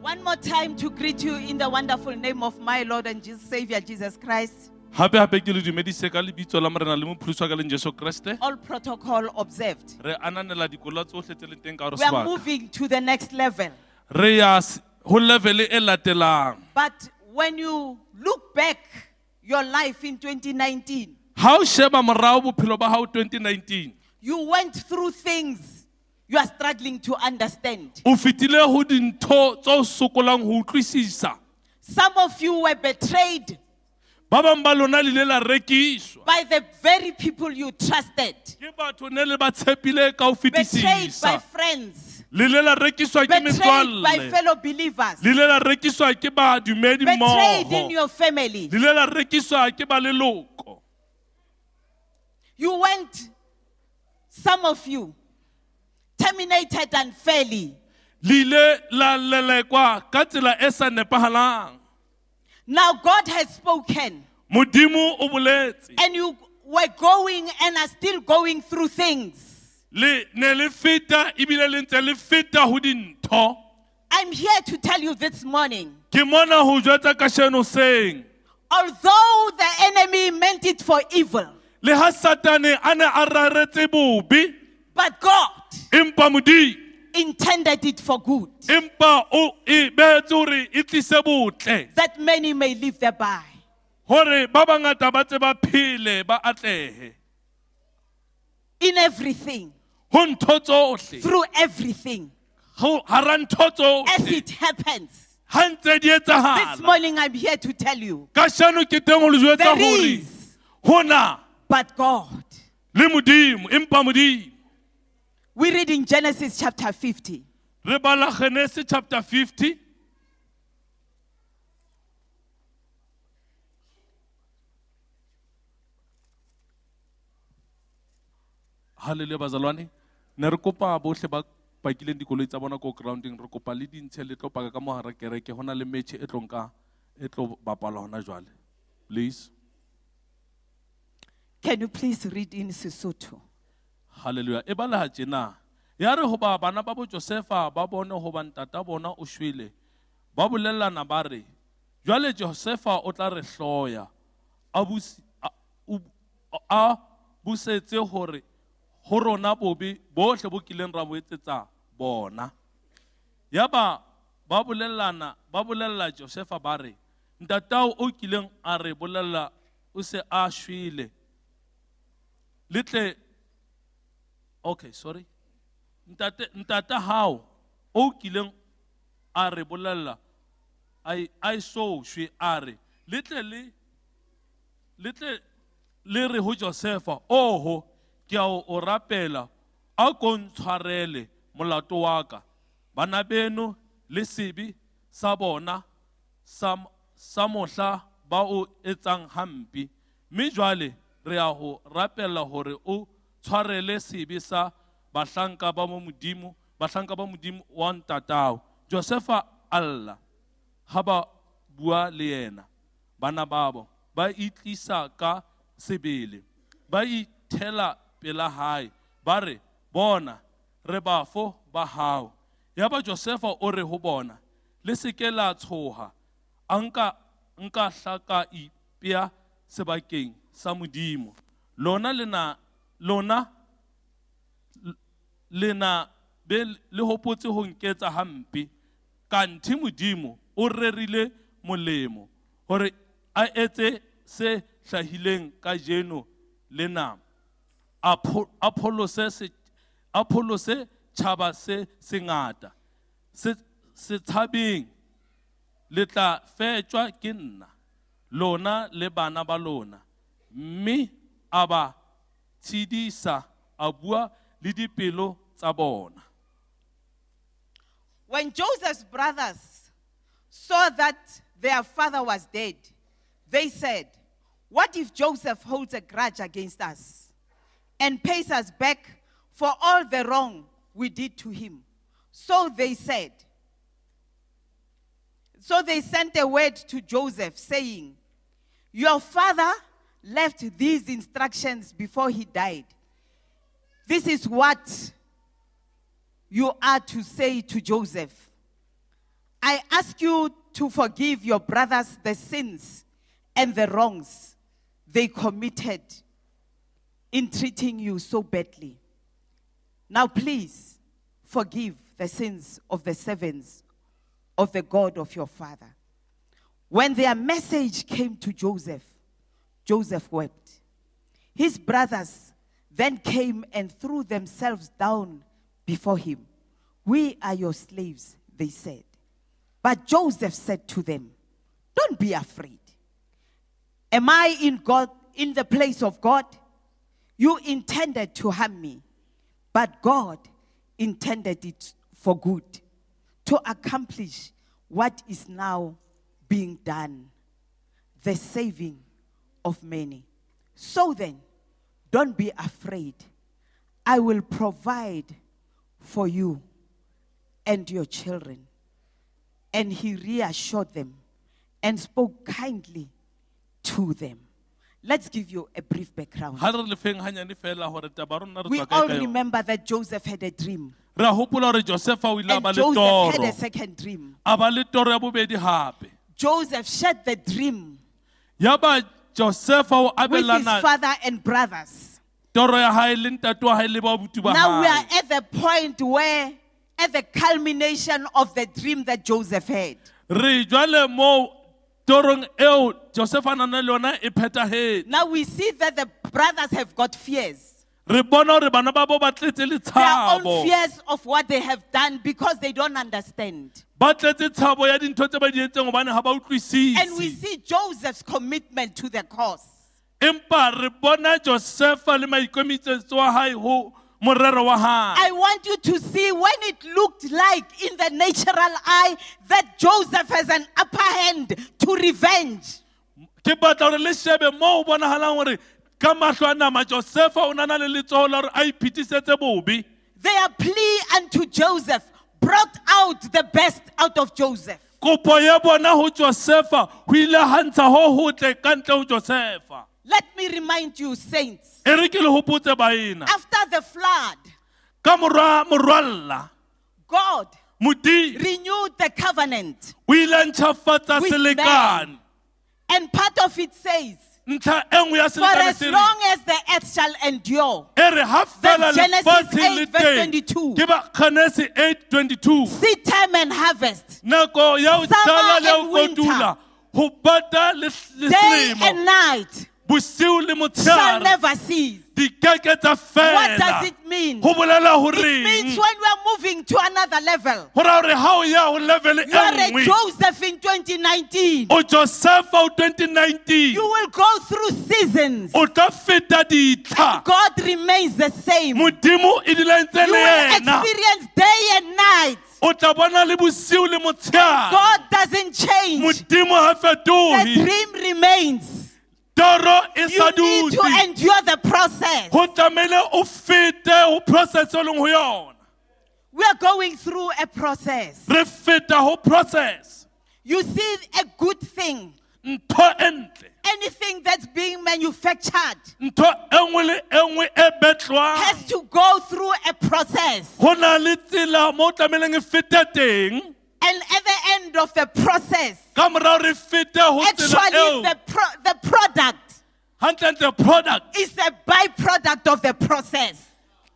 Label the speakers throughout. Speaker 1: One more time to greet you in the wonderful name of my Lord and Jesus, Savior Jesus Christ.
Speaker 2: gape gape ke le dumedise ka lebitso la morena le mophulisa ka leng jesu kreste
Speaker 1: All protocol observed.
Speaker 2: re ananela dikolola tsotlhe tse leng teng ka gare ho
Speaker 1: We are
Speaker 2: sebaka.
Speaker 1: moving to the next level.
Speaker 2: re ya s- ho level e latelang
Speaker 1: But when you look back your life in 2019,
Speaker 2: ha o sheba morao bophelo ba hao 2019
Speaker 1: you went through things you are struggling to understand.
Speaker 2: o fetile ho dintho tse o sokolang ho utlwisisa
Speaker 1: Some of you were betrayed
Speaker 2: ba bang ba lona le ile la rekiswa
Speaker 1: by the very people you trusted,
Speaker 2: ke batho ne le ba tshepile ka ho
Speaker 1: betrayed by
Speaker 2: fetisisa
Speaker 1: friends,
Speaker 2: le ile la rekiswa ke
Speaker 1: betrayed by
Speaker 2: metswalle
Speaker 1: fellow believers,
Speaker 2: le ile la rekiswa ke badumedi
Speaker 1: betrayed in
Speaker 2: mmogo
Speaker 1: your family.
Speaker 2: le ile la rekiswa ke ba leloko
Speaker 1: You went, some of you, terminated unfairly.
Speaker 2: le ile la lelekwa ka tsela e sa nepahalang
Speaker 1: Now God has spoken,
Speaker 2: modimo o boletse
Speaker 1: and you were going and are still going through things.
Speaker 2: le ne le feta ebile le ntse le feta ho dintho
Speaker 1: I'm here to tell you this morning
Speaker 2: ke mona ho jwetsa kasheno seng
Speaker 1: although the enemy meant it for evil,
Speaker 2: le ha satane a ne a raretse bobe
Speaker 1: but God
Speaker 2: empa modimo
Speaker 1: intended it for good,
Speaker 2: empa o e beetse hore e tlise botle
Speaker 1: that many may live thereby.
Speaker 2: hore ba bangata ba tse ba phele ba atlehe
Speaker 1: In everything,
Speaker 2: ho ntho tsohle
Speaker 1: through everything,
Speaker 2: ho hara ntho
Speaker 1: as
Speaker 2: tsohle
Speaker 1: it happens.
Speaker 2: ha ntse di
Speaker 1: This
Speaker 2: etsahala
Speaker 1: morning, I'm here to tell you
Speaker 2: kashano ke teng ho le jwetsa
Speaker 1: there
Speaker 2: hore
Speaker 1: is,
Speaker 2: hona
Speaker 1: but God.
Speaker 2: le modimo empa modimo
Speaker 1: We read in Genesis chapter 50.
Speaker 2: re bala Genesis chapter 50 haleluya bazalwane ne re kopa bohle ba pakileng dikoloi tsa bona ko grounding re kopa le dintshe le tlo paka ka mohara kereke ho na le metšhe e tlong ka e tlo bapalwa hona jwale please
Speaker 1: Can you please read in Sesotho?
Speaker 2: halleluya e balaga tjena ya re goba bana ba bo josefa ba bone goba ntata bona o shwele ba bolelelana ba re jwale josefa o tla re hloya a busi- a- o- a busetse gore go rona bobe botlhe bo kileng ra bo etsetsa bona yaba ba bolellana ba bolella josefa ba re ntatao o kileng a re bolella o se a shwele le tle okay sorry ntate ntata hao o kileng a re bolella ai ai so shwe a re letle le letle le re ho Josepha oho ke a o o rapela a ko ntshwarele molato wa ka bana beno le sebe sa bona sa sa mohla ba o etsang hampi mme jwale re a ho rapela hore o tshwarele sebe sa bahlanka ba mo modimo bahlanka ba modimo wa ntatao josefa alla ha ba bua le yena bana babo ba itlisa ka sebele ba ithela pela hae ba re bona re bafo ba hao yaba josefa o re ho bona le seke la tshoha a nka nka hlaka ipea sebakeng sa modimo lona lena lona lena be le hopotse ho nketsa hampe kanthe modimo o rerile molemo hore a etse se hlahileng ka jeno le nama a pho- a pholose se- a pholose tjhaba se sengata se setshabeng le tla fetswa ke nna lona le bana ba lona mme a ba tshedisa a bua le dipelo tsa bona
Speaker 1: When Joseph's brothers saw that their father was dead, they said, What if Joseph holds a grudge against us and pays us back for all the wrong we did to him? So they said, So they sent a word to Joseph saying, Your father left these instructions before he died. This is what you are to say to Joseph I ask ask you to forgive your brothers the sins and the wrongs they committed in treating you so badly. Now, please forgive the sins of the servants of the God of your father. When their message came to Joseph, Joseph wept. His brothers then came and threw themselves down before him. We are your slaves, they said. But Joseph said to them, Don't be afraid. Am I in God in the place of God? You intended to harm me, but God intended it for good to accomplish what is now being done, the saving of many. So then, don't be afraid. I will provide for you and your children. And he reassured them and spoke kindly to them. Let's give you a brief background.
Speaker 2: ha re lefeng hanyane fela gore taba ya rona re
Speaker 1: We
Speaker 2: tswa kae
Speaker 1: all
Speaker 2: ka yona.
Speaker 1: remember that Joseph had a dream.
Speaker 2: re a hopola gore josepha o ile a
Speaker 1: And
Speaker 2: ba le
Speaker 1: Joseph had a
Speaker 2: toro
Speaker 1: second dream.
Speaker 2: a ba le toro ya bobedi gape
Speaker 1: Joseph shared the dream
Speaker 2: ya ba josepha o
Speaker 1: with his
Speaker 2: abelana
Speaker 1: father and brothers.
Speaker 2: toro ya gae le ntate wa gae le babuti ba
Speaker 1: Now we are
Speaker 2: hae.
Speaker 1: at the point where, at the culmination of the dream that Joseph had.
Speaker 2: re jwale mo torong eo josepha a nang le yona e phethagetse
Speaker 1: Now we see that the brothers have got fears.
Speaker 2: re bona gore bana ba bo ba tletse
Speaker 1: their own
Speaker 2: letshabo
Speaker 1: fears of what they have done because they don't understand.
Speaker 2: ba tletse tshabo ya dintho tse ba di etseng gobane ga ba
Speaker 1: And we
Speaker 2: utlwisise
Speaker 1: see Joseph's commitment to the cause.
Speaker 2: empa re bona josepha le maikomitsetso wa gae go morero wa gae
Speaker 1: I want you to see when it looked like in the natural eye that Joseph has an upper hand to revenge.
Speaker 2: ke batla gore le shebe mo o bonagalang gore ka matlho a nama josepha o nana le letsogo la gore a iphetisetse bobe
Speaker 1: Their plea unto Joseph brought out the best out of Joseph.
Speaker 2: kopo ya bona go josepha go ile gantsha go gotle ka ntle go josepha
Speaker 1: Let me remind you, saints,
Speaker 2: e re ke le gopotse baena
Speaker 1: after the flood,
Speaker 2: ka morwa- morwalla
Speaker 1: God
Speaker 2: modimo
Speaker 1: renewed the covenant.
Speaker 2: o ile a ntšhafatsa
Speaker 1: With
Speaker 2: selekane
Speaker 1: And part of it says,
Speaker 2: ntlha e nngwe ya
Speaker 1: For
Speaker 2: selekane
Speaker 1: as
Speaker 2: se
Speaker 1: long as the earth shall endure,
Speaker 2: re- e re ha fela
Speaker 1: That's Genesis
Speaker 2: lefatshe le
Speaker 1: 8 verse
Speaker 2: teng
Speaker 1: 22.
Speaker 2: ke bakganese 822
Speaker 1: seed time and harvest,
Speaker 2: nako ya ho
Speaker 1: Summer
Speaker 2: jala le ya ho
Speaker 1: and winter.
Speaker 2: kotula ho bata le le
Speaker 1: day and
Speaker 2: selemo
Speaker 1: night
Speaker 2: bosiu le
Speaker 1: shall
Speaker 2: motshehare
Speaker 1: never cease.
Speaker 2: di keke tsa
Speaker 1: What does
Speaker 2: fela
Speaker 1: it mean?
Speaker 2: ho bolela
Speaker 1: It means
Speaker 2: horeng
Speaker 1: when we are moving to another level.
Speaker 2: ho raya hore ha o ya ho level e
Speaker 1: You are a
Speaker 2: nngwe
Speaker 1: Joseph in 2019.
Speaker 2: o josepha o 2019
Speaker 1: You will go through seasons.
Speaker 2: o tla feta ditlha
Speaker 1: God remains the same. You
Speaker 2: modimo e dula e ntse le
Speaker 1: will
Speaker 2: yena
Speaker 1: experience day and night.
Speaker 2: o tla bona le bosiu le motshehare
Speaker 1: God doesn't change.
Speaker 2: modimo ha
Speaker 1: The
Speaker 2: fetohe
Speaker 1: dream remains.
Speaker 2: toro e
Speaker 1: You
Speaker 2: sa
Speaker 1: need to
Speaker 2: dutse
Speaker 1: endure the process.
Speaker 2: ho tlamehile o fete ho process o leng ho yona
Speaker 1: We are going through a process.
Speaker 2: re feta ho process
Speaker 1: You see a good thing,
Speaker 2: ntho e ntle
Speaker 1: anything that's being manufactured
Speaker 2: ntho e nngwe le e nngwe e betlwang
Speaker 1: has to go through a process.
Speaker 2: ho na le tsela mo tlameileng e fete teng
Speaker 1: And at the end of the process,
Speaker 2: ka morao re fete ho tsela
Speaker 1: actually,
Speaker 2: eo
Speaker 1: the, pro- the product
Speaker 2: hantlentle product
Speaker 1: is a byproduct of the process.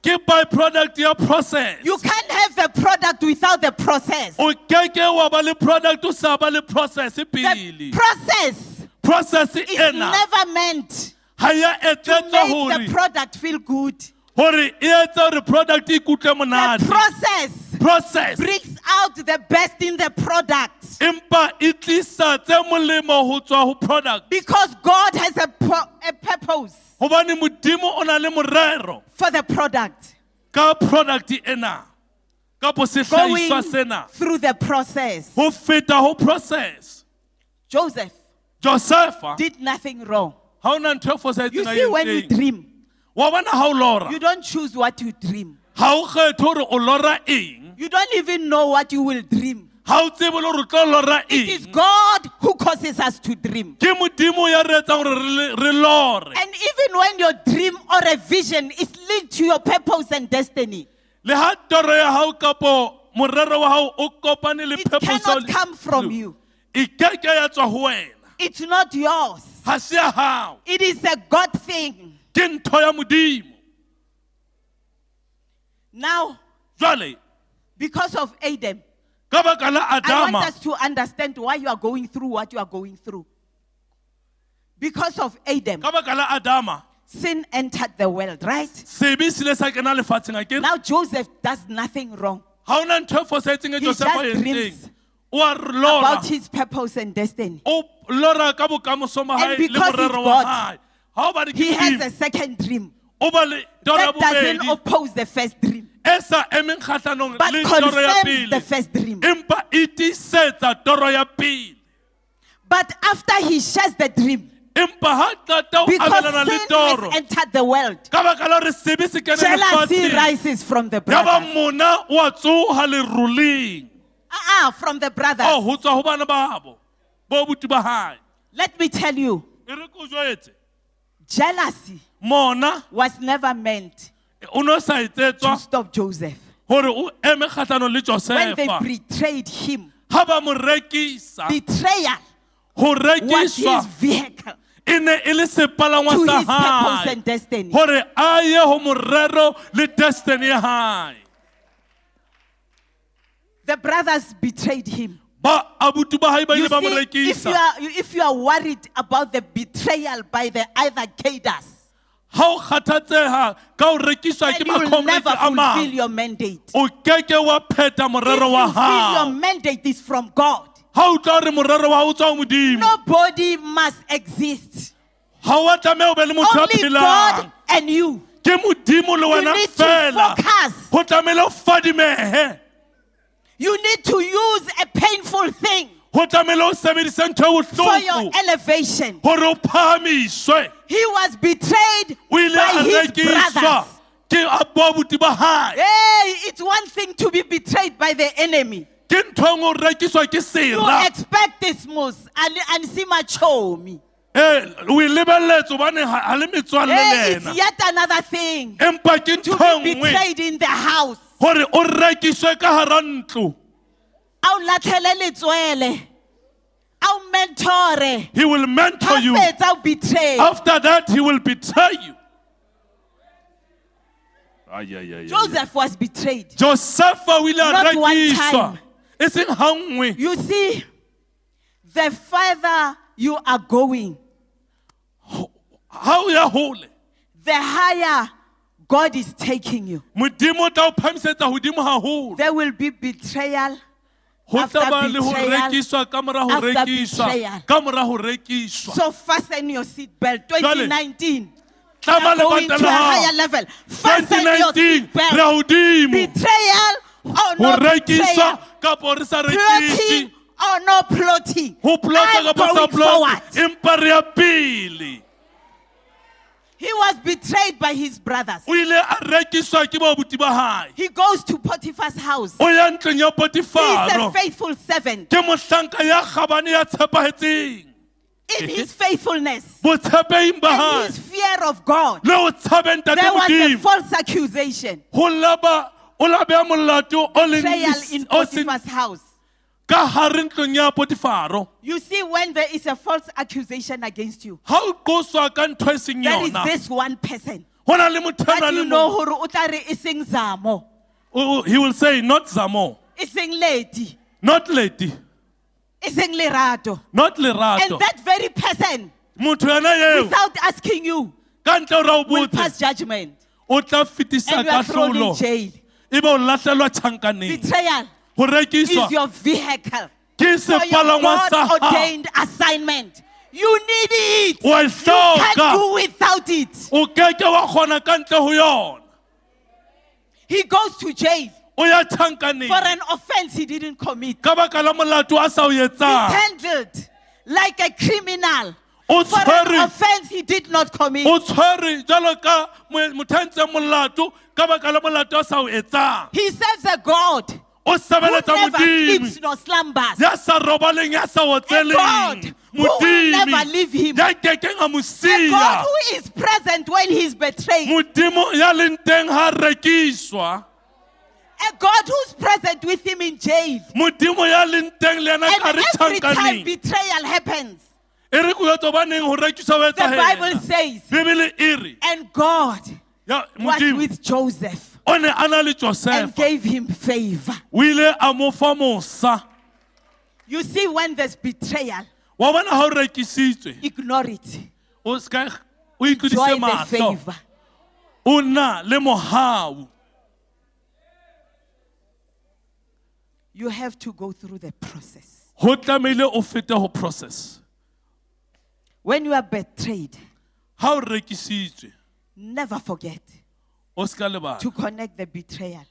Speaker 2: ke by product ya process
Speaker 1: You can't have the product without the process.
Speaker 2: o keke wa ba le product o sa ba le process
Speaker 1: The
Speaker 2: e pele
Speaker 1: process
Speaker 2: process
Speaker 1: is
Speaker 2: ena
Speaker 1: never meant
Speaker 2: ha ya
Speaker 1: to
Speaker 2: etsetswa
Speaker 1: make
Speaker 2: hore
Speaker 1: the product feel good.
Speaker 2: hore e etse hore product e ikutlwe
Speaker 1: The
Speaker 2: monate
Speaker 1: process
Speaker 2: process
Speaker 1: brings out the best in the product.
Speaker 2: empa e tlisa tse molemo ho tswa ho product
Speaker 1: Because God has a, pu- a purpose
Speaker 2: hobane modimo o na le morero
Speaker 1: for the product.
Speaker 2: ka product ena kapo
Speaker 1: Going
Speaker 2: sehlahiswa sena
Speaker 1: through the process.
Speaker 2: ho feta ho process
Speaker 1: Joseph
Speaker 2: josepha
Speaker 1: did nothing wrong.
Speaker 2: ha ona ntho e fosahetseng
Speaker 1: You
Speaker 2: a
Speaker 1: see, when you
Speaker 2: entseng.
Speaker 1: dream,
Speaker 2: wa bona ha o lora
Speaker 1: you don't choose what you dream.
Speaker 2: ha o kgethe hore o lora eng
Speaker 1: You don't even know what you will dream.
Speaker 2: ha o tsebe le hore o tlo lora
Speaker 1: It is
Speaker 2: eng
Speaker 1: God who causes us to dream.
Speaker 2: ke modimo ya re etsang hore re le- re lore
Speaker 1: And even when your dream or a vision is linked to your purpose and destiny,
Speaker 2: le ha toro ya hao kapo morero wa hao o kopane le
Speaker 1: It
Speaker 2: pheposo
Speaker 1: cannot
Speaker 2: le-
Speaker 1: come from
Speaker 2: le-
Speaker 1: you.
Speaker 2: e keke ya tswa ho wena
Speaker 1: It's not yours.
Speaker 2: ga se ya gago
Speaker 1: It is a God thing.
Speaker 2: ke ntho ya modimo
Speaker 1: Now,
Speaker 2: jwale
Speaker 1: because of Adam,
Speaker 2: ka baka la
Speaker 1: I want
Speaker 2: adama
Speaker 1: us to understand why you are going through what you are going through. Because of Adam,
Speaker 2: ka baka la adama
Speaker 1: sin entered the world, right?
Speaker 2: sebe se ile sa kena lefatsheng a kere
Speaker 1: Now Joseph does nothing wrong
Speaker 2: ga ona ntho e fosahetseng e
Speaker 1: He
Speaker 2: josefa
Speaker 1: just dreams
Speaker 2: entseng o a lora
Speaker 1: about his purpose and destiny.
Speaker 2: o lora ka bokamoso ba
Speaker 1: And
Speaker 2: hae le
Speaker 1: because
Speaker 2: morero
Speaker 1: it's
Speaker 2: wa
Speaker 1: God,
Speaker 2: hae ga o bane ke
Speaker 1: He has a
Speaker 2: modimo
Speaker 1: second dream
Speaker 2: o ba le toro ya
Speaker 1: that doesn't
Speaker 2: bobedi
Speaker 1: oppose the first dream,
Speaker 2: e sa emeng kgatlhanong
Speaker 1: but
Speaker 2: le toro ya
Speaker 1: confirms the
Speaker 2: pele
Speaker 1: first dream.
Speaker 2: empa e tiisetsa toro ya pele
Speaker 1: But after he shares the dream,
Speaker 2: empa ha qeta o abelana
Speaker 1: because
Speaker 2: le
Speaker 1: sin
Speaker 2: toro
Speaker 1: has entered the world,
Speaker 2: ka baka la hore sebe se kene
Speaker 1: jealousy
Speaker 2: lefatsheng
Speaker 1: rises from the
Speaker 2: yaba
Speaker 1: brothers.
Speaker 2: mona o a tsoga leroleng
Speaker 1: Ah, uh from the
Speaker 2: o
Speaker 1: brothers.
Speaker 2: Oh, ho tswa ho bana babo bo butu ba hae
Speaker 1: Let me tell you,
Speaker 2: e re ko jwetse
Speaker 1: jealousy
Speaker 2: mona
Speaker 1: was never meant
Speaker 2: o ne o sa
Speaker 1: to
Speaker 2: etsetswa
Speaker 1: stop Joseph.
Speaker 2: hore o eme kgatlhanong le
Speaker 1: When they
Speaker 2: josefa
Speaker 1: betrayed him,
Speaker 2: ha ba mo rekisa
Speaker 1: betrayal
Speaker 2: ho
Speaker 1: was his
Speaker 2: rekiswa
Speaker 1: vehicle
Speaker 2: e ne e le
Speaker 1: to
Speaker 2: sepalangwa
Speaker 1: his
Speaker 2: sa
Speaker 1: purpose
Speaker 2: hae
Speaker 1: and destiny.
Speaker 2: hore a ye ho morero le destiny ya hae
Speaker 1: The brothers betrayed him.
Speaker 2: ba abuti ba hae ba ile
Speaker 1: You
Speaker 2: ba mo
Speaker 1: see, if you
Speaker 2: rekisa
Speaker 1: are if you are worried about the betrayal by the other cadres,
Speaker 2: ha o kgathatseha ka ho
Speaker 1: then
Speaker 2: rekiswa ke
Speaker 1: you will
Speaker 2: makomete
Speaker 1: never
Speaker 2: a
Speaker 1: fulfill
Speaker 2: mang
Speaker 1: your mandate.
Speaker 2: o keke wa phetha
Speaker 1: If
Speaker 2: morero
Speaker 1: you
Speaker 2: wa
Speaker 1: feel your
Speaker 2: hao
Speaker 1: mandate is from God,
Speaker 2: ha o tla hore morero wa hao o tswa ho modimo
Speaker 1: nobody must exist.
Speaker 2: ha wa tlameha ho be le motho a
Speaker 1: Only God
Speaker 2: phelang
Speaker 1: and you.
Speaker 2: ke modimo
Speaker 1: You
Speaker 2: le wena
Speaker 1: need to
Speaker 2: fela
Speaker 1: focus.
Speaker 2: ho tlamehile o fadimehe
Speaker 1: You need to use a painful thing
Speaker 2: ho tlamehile o sebedise ntho e
Speaker 1: for your
Speaker 2: bohloko
Speaker 1: elevation.
Speaker 2: hore o phahamiswe
Speaker 1: He was betrayed
Speaker 2: o ile a
Speaker 1: by his
Speaker 2: rekiswa
Speaker 1: brothers.
Speaker 2: ke abuti ba hae
Speaker 1: Hey, it's one thing to be betrayed by the enemy.
Speaker 2: ke ntho e nngwe ho rekiswa ke
Speaker 1: You
Speaker 2: sera
Speaker 1: expect this moves and and see my chomi.
Speaker 2: ee o e lebelletse hobane ha ha le metswalle le
Speaker 1: Hey, Eh, it's
Speaker 2: ena
Speaker 1: yet another thing
Speaker 2: empa ke
Speaker 1: to
Speaker 2: ntho
Speaker 1: be
Speaker 2: e nngwe
Speaker 1: betrayed in the house.
Speaker 2: hore o rekiswe ka hara ntlo
Speaker 1: Au latlhele letswele. Au mentore.
Speaker 2: he will mentor you
Speaker 1: Kgafetsa au betray.
Speaker 2: after that he will betray you Ai, ai, ai, ai, ai.
Speaker 1: Joseph was betrayed.
Speaker 2: Joseph o ile a
Speaker 1: Not one
Speaker 2: rekiswa
Speaker 1: time.
Speaker 2: e seng ha nngwe
Speaker 1: You see, the further you are going,
Speaker 2: ha o ya hole
Speaker 1: the higher God is taking you.
Speaker 2: modimo o tla o phamisetsa hodimo haholo
Speaker 1: There will be betrayal.
Speaker 2: ho
Speaker 1: after
Speaker 2: tla ba le ho
Speaker 1: betrayal,
Speaker 2: rekiswa ka mora ho
Speaker 1: after
Speaker 2: rekiswa
Speaker 1: betrayal.
Speaker 2: ka mora ho rekiswa
Speaker 1: So fasten your seatbelt. 2019.
Speaker 2: tlama
Speaker 1: We are going to a
Speaker 2: lebanta la
Speaker 1: higher
Speaker 2: hao
Speaker 1: level. Fasten your
Speaker 2: 2019 re
Speaker 1: seatbelt.
Speaker 2: hodimo
Speaker 1: Betrayal or
Speaker 2: ho
Speaker 1: no betrayal.
Speaker 2: rekiswa kapo re sa rekise
Speaker 1: Plotting or no plotting.
Speaker 2: ho plota
Speaker 1: I'm
Speaker 2: kapo sa
Speaker 1: going forward.
Speaker 2: plota empa re ya pele
Speaker 1: He was betrayed by his brothers.
Speaker 2: o ile a rekiswa ke babuti ba hae
Speaker 1: He goes to Potiphar's house.
Speaker 2: o ya ntlong ya
Speaker 1: He is a
Speaker 2: potifaro
Speaker 1: faithful servant.
Speaker 2: ke mohlanka ya kgabane ya tshepahetseng E-
Speaker 1: In his faithfulness
Speaker 2: botshepeng ba
Speaker 1: and his
Speaker 2: hae
Speaker 1: fear of God,
Speaker 2: le o tshabeng tate
Speaker 1: there was a
Speaker 2: modimo
Speaker 1: false accusation.
Speaker 2: ho laba o labeya molato o leng
Speaker 1: Betrayal
Speaker 2: mis-
Speaker 1: in
Speaker 2: o seng-
Speaker 1: Potiphar's house.
Speaker 2: ka hare ntlong ya potifaro
Speaker 1: You see, when there is a false accusation against you,
Speaker 2: ha o qoswa ka ntho e seng
Speaker 1: there is
Speaker 2: yona
Speaker 1: this one person
Speaker 2: ho na le motho a
Speaker 1: that
Speaker 2: nang le
Speaker 1: you know
Speaker 2: mo-
Speaker 1: who utari ising e zamo, e
Speaker 2: o- o- he will say not zamo
Speaker 1: ising lady,
Speaker 2: not lady
Speaker 1: ising e lerato.
Speaker 2: not
Speaker 1: And
Speaker 2: lerato
Speaker 1: that very person,
Speaker 2: motho yena eo
Speaker 1: without asking you,
Speaker 2: ka ntle ho ra o
Speaker 1: will pass
Speaker 2: botse
Speaker 1: judgment.
Speaker 2: o tla
Speaker 1: And
Speaker 2: fetisa
Speaker 1: you are thrown in
Speaker 2: kahlolo
Speaker 1: jail.
Speaker 2: ebe o lahlelwa tjhankaneng
Speaker 1: Betrayal
Speaker 2: ho
Speaker 1: is
Speaker 2: rekiswa
Speaker 1: your vehicle
Speaker 2: ke
Speaker 1: for your
Speaker 2: sepalangwa sa
Speaker 1: God
Speaker 2: hao
Speaker 1: ordained assignment. You need it.
Speaker 2: wa e
Speaker 1: You can't
Speaker 2: hloka
Speaker 1: do without it.
Speaker 2: o keke wa kgona ka ntle ho yona
Speaker 1: He goes to jail
Speaker 2: o ya
Speaker 1: for
Speaker 2: tjhankaneng
Speaker 1: an offense he didn't commit.
Speaker 2: ka baka la molato a sa o
Speaker 1: He's
Speaker 2: etsang
Speaker 1: handled like a criminal
Speaker 2: o
Speaker 1: for an
Speaker 2: tshwere
Speaker 1: offense he did not
Speaker 2: o
Speaker 1: commit.
Speaker 2: tshwere jalo ka mo- motho a ntseng molato ka baka la molato a sa o etsang
Speaker 1: He serves a God
Speaker 2: o
Speaker 1: who
Speaker 2: sebeletsa
Speaker 1: never
Speaker 2: modimo
Speaker 1: sleeps nor slumbers.
Speaker 2: ya sa robaleng ya sa
Speaker 1: A God
Speaker 2: otseleng
Speaker 1: who will never leave
Speaker 2: modimo
Speaker 1: him.
Speaker 2: ya kekeng a mo
Speaker 1: A God
Speaker 2: siya
Speaker 1: who is present when he's betrayed.
Speaker 2: modimo ya leng teng ha a rekiswa
Speaker 1: A God who's present with him in jail.
Speaker 2: modimo ya leng teng le yena ka
Speaker 1: And
Speaker 2: re
Speaker 1: every time
Speaker 2: tšhankaneng
Speaker 1: betrayal happens,
Speaker 2: e re ko etso baneng go rekisa
Speaker 1: the
Speaker 2: go
Speaker 1: Bible
Speaker 2: etsagelela
Speaker 1: says,
Speaker 2: bibele e re
Speaker 1: and God
Speaker 2: ya
Speaker 1: was
Speaker 2: modimo
Speaker 1: with Joseph
Speaker 2: o ne a na le
Speaker 1: and
Speaker 2: josefa
Speaker 1: gave him favor.
Speaker 2: o ile a mo fa mosa
Speaker 1: You see, when there's betrayal,
Speaker 2: wa bona ga o rekisitswe
Speaker 1: ignore it.
Speaker 2: o ska- o
Speaker 1: Joy
Speaker 2: itlodise
Speaker 1: the
Speaker 2: matlho
Speaker 1: favor.
Speaker 2: o na le mogau
Speaker 1: You have to go through the process.
Speaker 2: go tlamehile o fete go process
Speaker 1: When you are betrayed,
Speaker 2: ga o rekisitswe
Speaker 1: never forget
Speaker 2: o seka lebala
Speaker 1: to connect the betrayal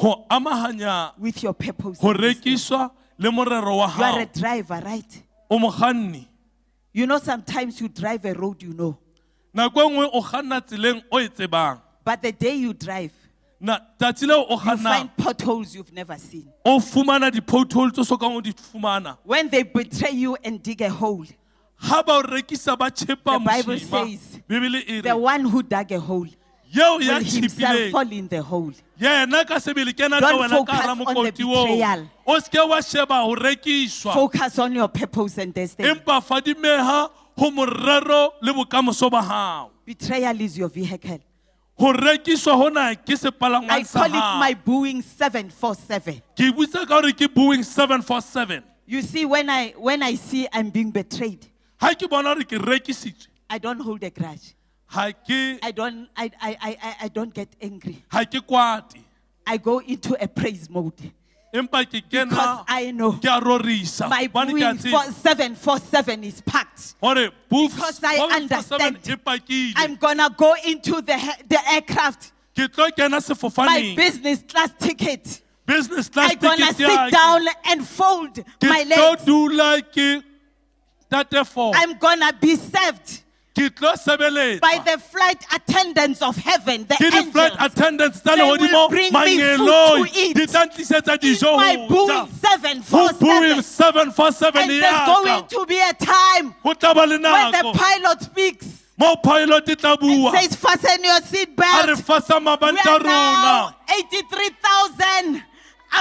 Speaker 2: go amaganya
Speaker 1: with your purpose.
Speaker 2: go
Speaker 1: and destiny.
Speaker 2: rekiswa le morero wa
Speaker 1: You are a
Speaker 2: gago
Speaker 1: driver, right?
Speaker 2: o mokganni
Speaker 1: You know, sometimes you drive a road you know,
Speaker 2: nako e nngwe o kganna tseleng o e tsebang
Speaker 1: but the day you drive,
Speaker 2: na tsatsi leo o
Speaker 1: you
Speaker 2: kgannang
Speaker 1: find potholes you've never seen.
Speaker 2: o fumana di-pothole tse o sokang o di fumana
Speaker 1: When they betray you and dig a hole,
Speaker 2: ga ba o rekisa ba
Speaker 1: The
Speaker 2: chepa
Speaker 1: Bible
Speaker 2: moshima
Speaker 1: says,
Speaker 2: bebele e re
Speaker 1: the one who dug a hole
Speaker 2: yeo ya
Speaker 1: will himself
Speaker 2: tšhipileng
Speaker 1: fall in the hole.
Speaker 2: yena ka sebele kena ka
Speaker 1: Don't
Speaker 2: wena ka
Speaker 1: focus
Speaker 2: gara
Speaker 1: on the
Speaker 2: mokoti oo
Speaker 1: betrayal.
Speaker 2: o seke wa sheba go rekiswa
Speaker 1: Focus on your purpose and destiny.
Speaker 2: empa fadimega go morero le bokamoso ba gago
Speaker 1: Betrayal is your vehicle.
Speaker 2: go rekiswa gona ke
Speaker 1: I
Speaker 2: sepalangwang
Speaker 1: call
Speaker 2: sa
Speaker 1: it my
Speaker 2: gago
Speaker 1: Boeing 747.
Speaker 2: ke butsa ka gore ke boeing 747
Speaker 1: You see, when I when I see I'm being betrayed,
Speaker 2: ga ke bona gore ke rekisitswe
Speaker 1: I don't hold a grudge.
Speaker 2: ga ke
Speaker 1: I don't I I, I, I- I don't get angry.
Speaker 2: ha ke kwate
Speaker 1: I go into a praise mode
Speaker 2: empa ke
Speaker 1: because
Speaker 2: kena
Speaker 1: I know
Speaker 2: ke a rorisa
Speaker 1: my
Speaker 2: hobane ke a
Speaker 1: Boeing
Speaker 2: tseba
Speaker 1: 747 is packed.
Speaker 2: gore boof-
Speaker 1: Because I
Speaker 2: Boeing
Speaker 1: understand.
Speaker 2: 747 e pakile.
Speaker 1: I'm gonna go into the he- the aircraft.
Speaker 2: ke tlo kena
Speaker 1: My
Speaker 2: sefofaneng
Speaker 1: business class ticket.
Speaker 2: business class
Speaker 1: I'm gonna
Speaker 2: ticket ya
Speaker 1: sit
Speaker 2: ka.
Speaker 1: down and fold my
Speaker 2: ke tlo
Speaker 1: legs.
Speaker 2: dula ke tatefo
Speaker 1: I'm gonna be served
Speaker 2: ke
Speaker 1: by
Speaker 2: tlo sebeletswa
Speaker 1: the flight attendants of heaven, the
Speaker 2: ke di-flight
Speaker 1: angels.
Speaker 2: attendants tsa
Speaker 1: They will
Speaker 2: legodimo
Speaker 1: bring me
Speaker 2: manyeloi
Speaker 1: food to eat.
Speaker 2: di tla tlisetsa
Speaker 1: In
Speaker 2: dijo
Speaker 1: my
Speaker 2: ho
Speaker 1: Boeing
Speaker 2: ja. Ho
Speaker 1: 747.
Speaker 2: Boeing 747
Speaker 1: And there's
Speaker 2: ya
Speaker 1: going
Speaker 2: ka.
Speaker 1: to be a time
Speaker 2: Ho tla ba le
Speaker 1: when the
Speaker 2: nako
Speaker 1: pilot speaks
Speaker 2: moo pilot e tla
Speaker 1: and
Speaker 2: bua
Speaker 1: says, Fasten your
Speaker 2: a re
Speaker 1: seatbelt.
Speaker 2: fasa
Speaker 1: We
Speaker 2: mabanta
Speaker 1: are
Speaker 2: rona
Speaker 1: now 83,000